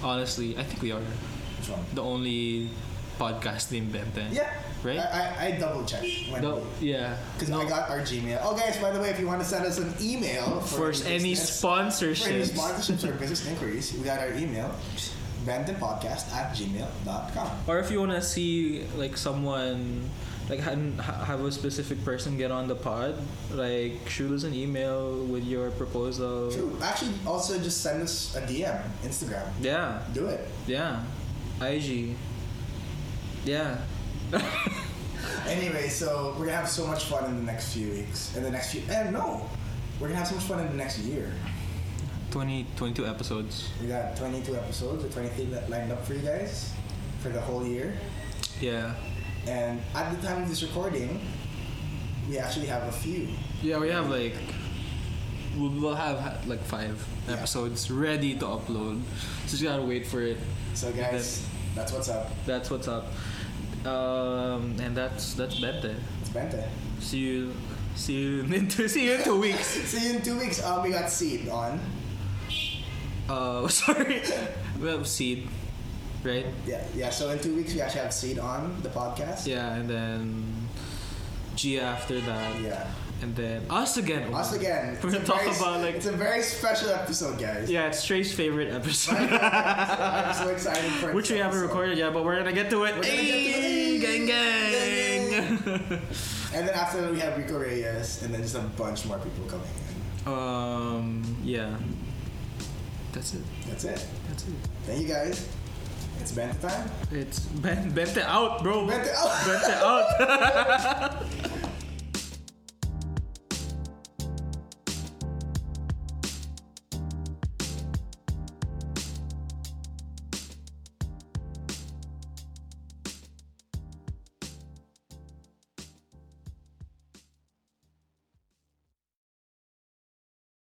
Speaker 2: Honestly, I think we are
Speaker 1: Which one?
Speaker 2: the only podcast named Bente.
Speaker 1: Yeah.
Speaker 2: Right?
Speaker 1: I, I, I double checked. when
Speaker 2: No, yeah.
Speaker 1: Because I got our Gmail. Oh, guys, by the way, if you want to send us an email
Speaker 2: For any
Speaker 1: business- for any
Speaker 2: sponsorships,
Speaker 1: sponsorships or business inquiries, we got our email, bentonpodcast at gmail.com.
Speaker 2: or if you wanna see like someone, like ha- ha- have a specific person get on the pod, like shoot us an email with your proposal.
Speaker 1: True. Actually, also just send us a DM, Instagram.
Speaker 2: Yeah,
Speaker 1: Do it.
Speaker 2: yeah, IG. Yeah,
Speaker 1: Anyway, so we're going to have so much fun in the next few weeks. In the next few. And no, we're going to have so much fun in the next year.
Speaker 2: 20, 22 episodes.
Speaker 1: We got 22 episodes or 23 that lined up for you guys for the whole year.
Speaker 2: Yeah.
Speaker 1: And at the time of this recording, we actually have a few.
Speaker 2: Yeah, we have like we'll, we'll have ha- like five
Speaker 1: Yeah.
Speaker 2: episodes ready to upload. So just gotta wait for it.
Speaker 1: So guys, that's what's up.
Speaker 2: That's what's up. Um, and that's that's better.
Speaker 1: It's Bente. [LAUGHS]
Speaker 2: See you, see you [LAUGHS] in two, see you in two weeks.
Speaker 1: See you in two weeks. Um, we got Seed on.
Speaker 2: Uh, [LAUGHS] sorry, we have seed, right?
Speaker 1: Yeah, yeah. So in two weeks we actually have Seed on the podcast.
Speaker 2: Yeah, and then Gia after that,
Speaker 1: Yeah.
Speaker 2: and then us again.
Speaker 1: Us again.
Speaker 2: [LAUGHS] We're
Speaker 1: It's a
Speaker 2: gonna talk
Speaker 1: very s-
Speaker 2: about, like-
Speaker 1: It's a very special episode, guys.
Speaker 2: Yeah, it's Trey's favorite
Speaker 1: [LAUGHS]
Speaker 2: episode.
Speaker 1: I'm so excited for
Speaker 2: Which we
Speaker 1: this
Speaker 2: haven't
Speaker 1: episode.
Speaker 2: recorded yet, but we're gonna get to it.
Speaker 1: We're gonna get to it.
Speaker 2: Gang, gang.
Speaker 1: And then after that we have Rico Reyes, and then just a bunch more people coming in.
Speaker 2: [LAUGHS] um, yeah. That's it.
Speaker 1: That's it.
Speaker 2: That's it.
Speaker 1: Thank you guys. It's Bente time.
Speaker 2: It's ben, Bente out, bro.
Speaker 1: [LAUGHS] Bente out.
Speaker 2: Bente out.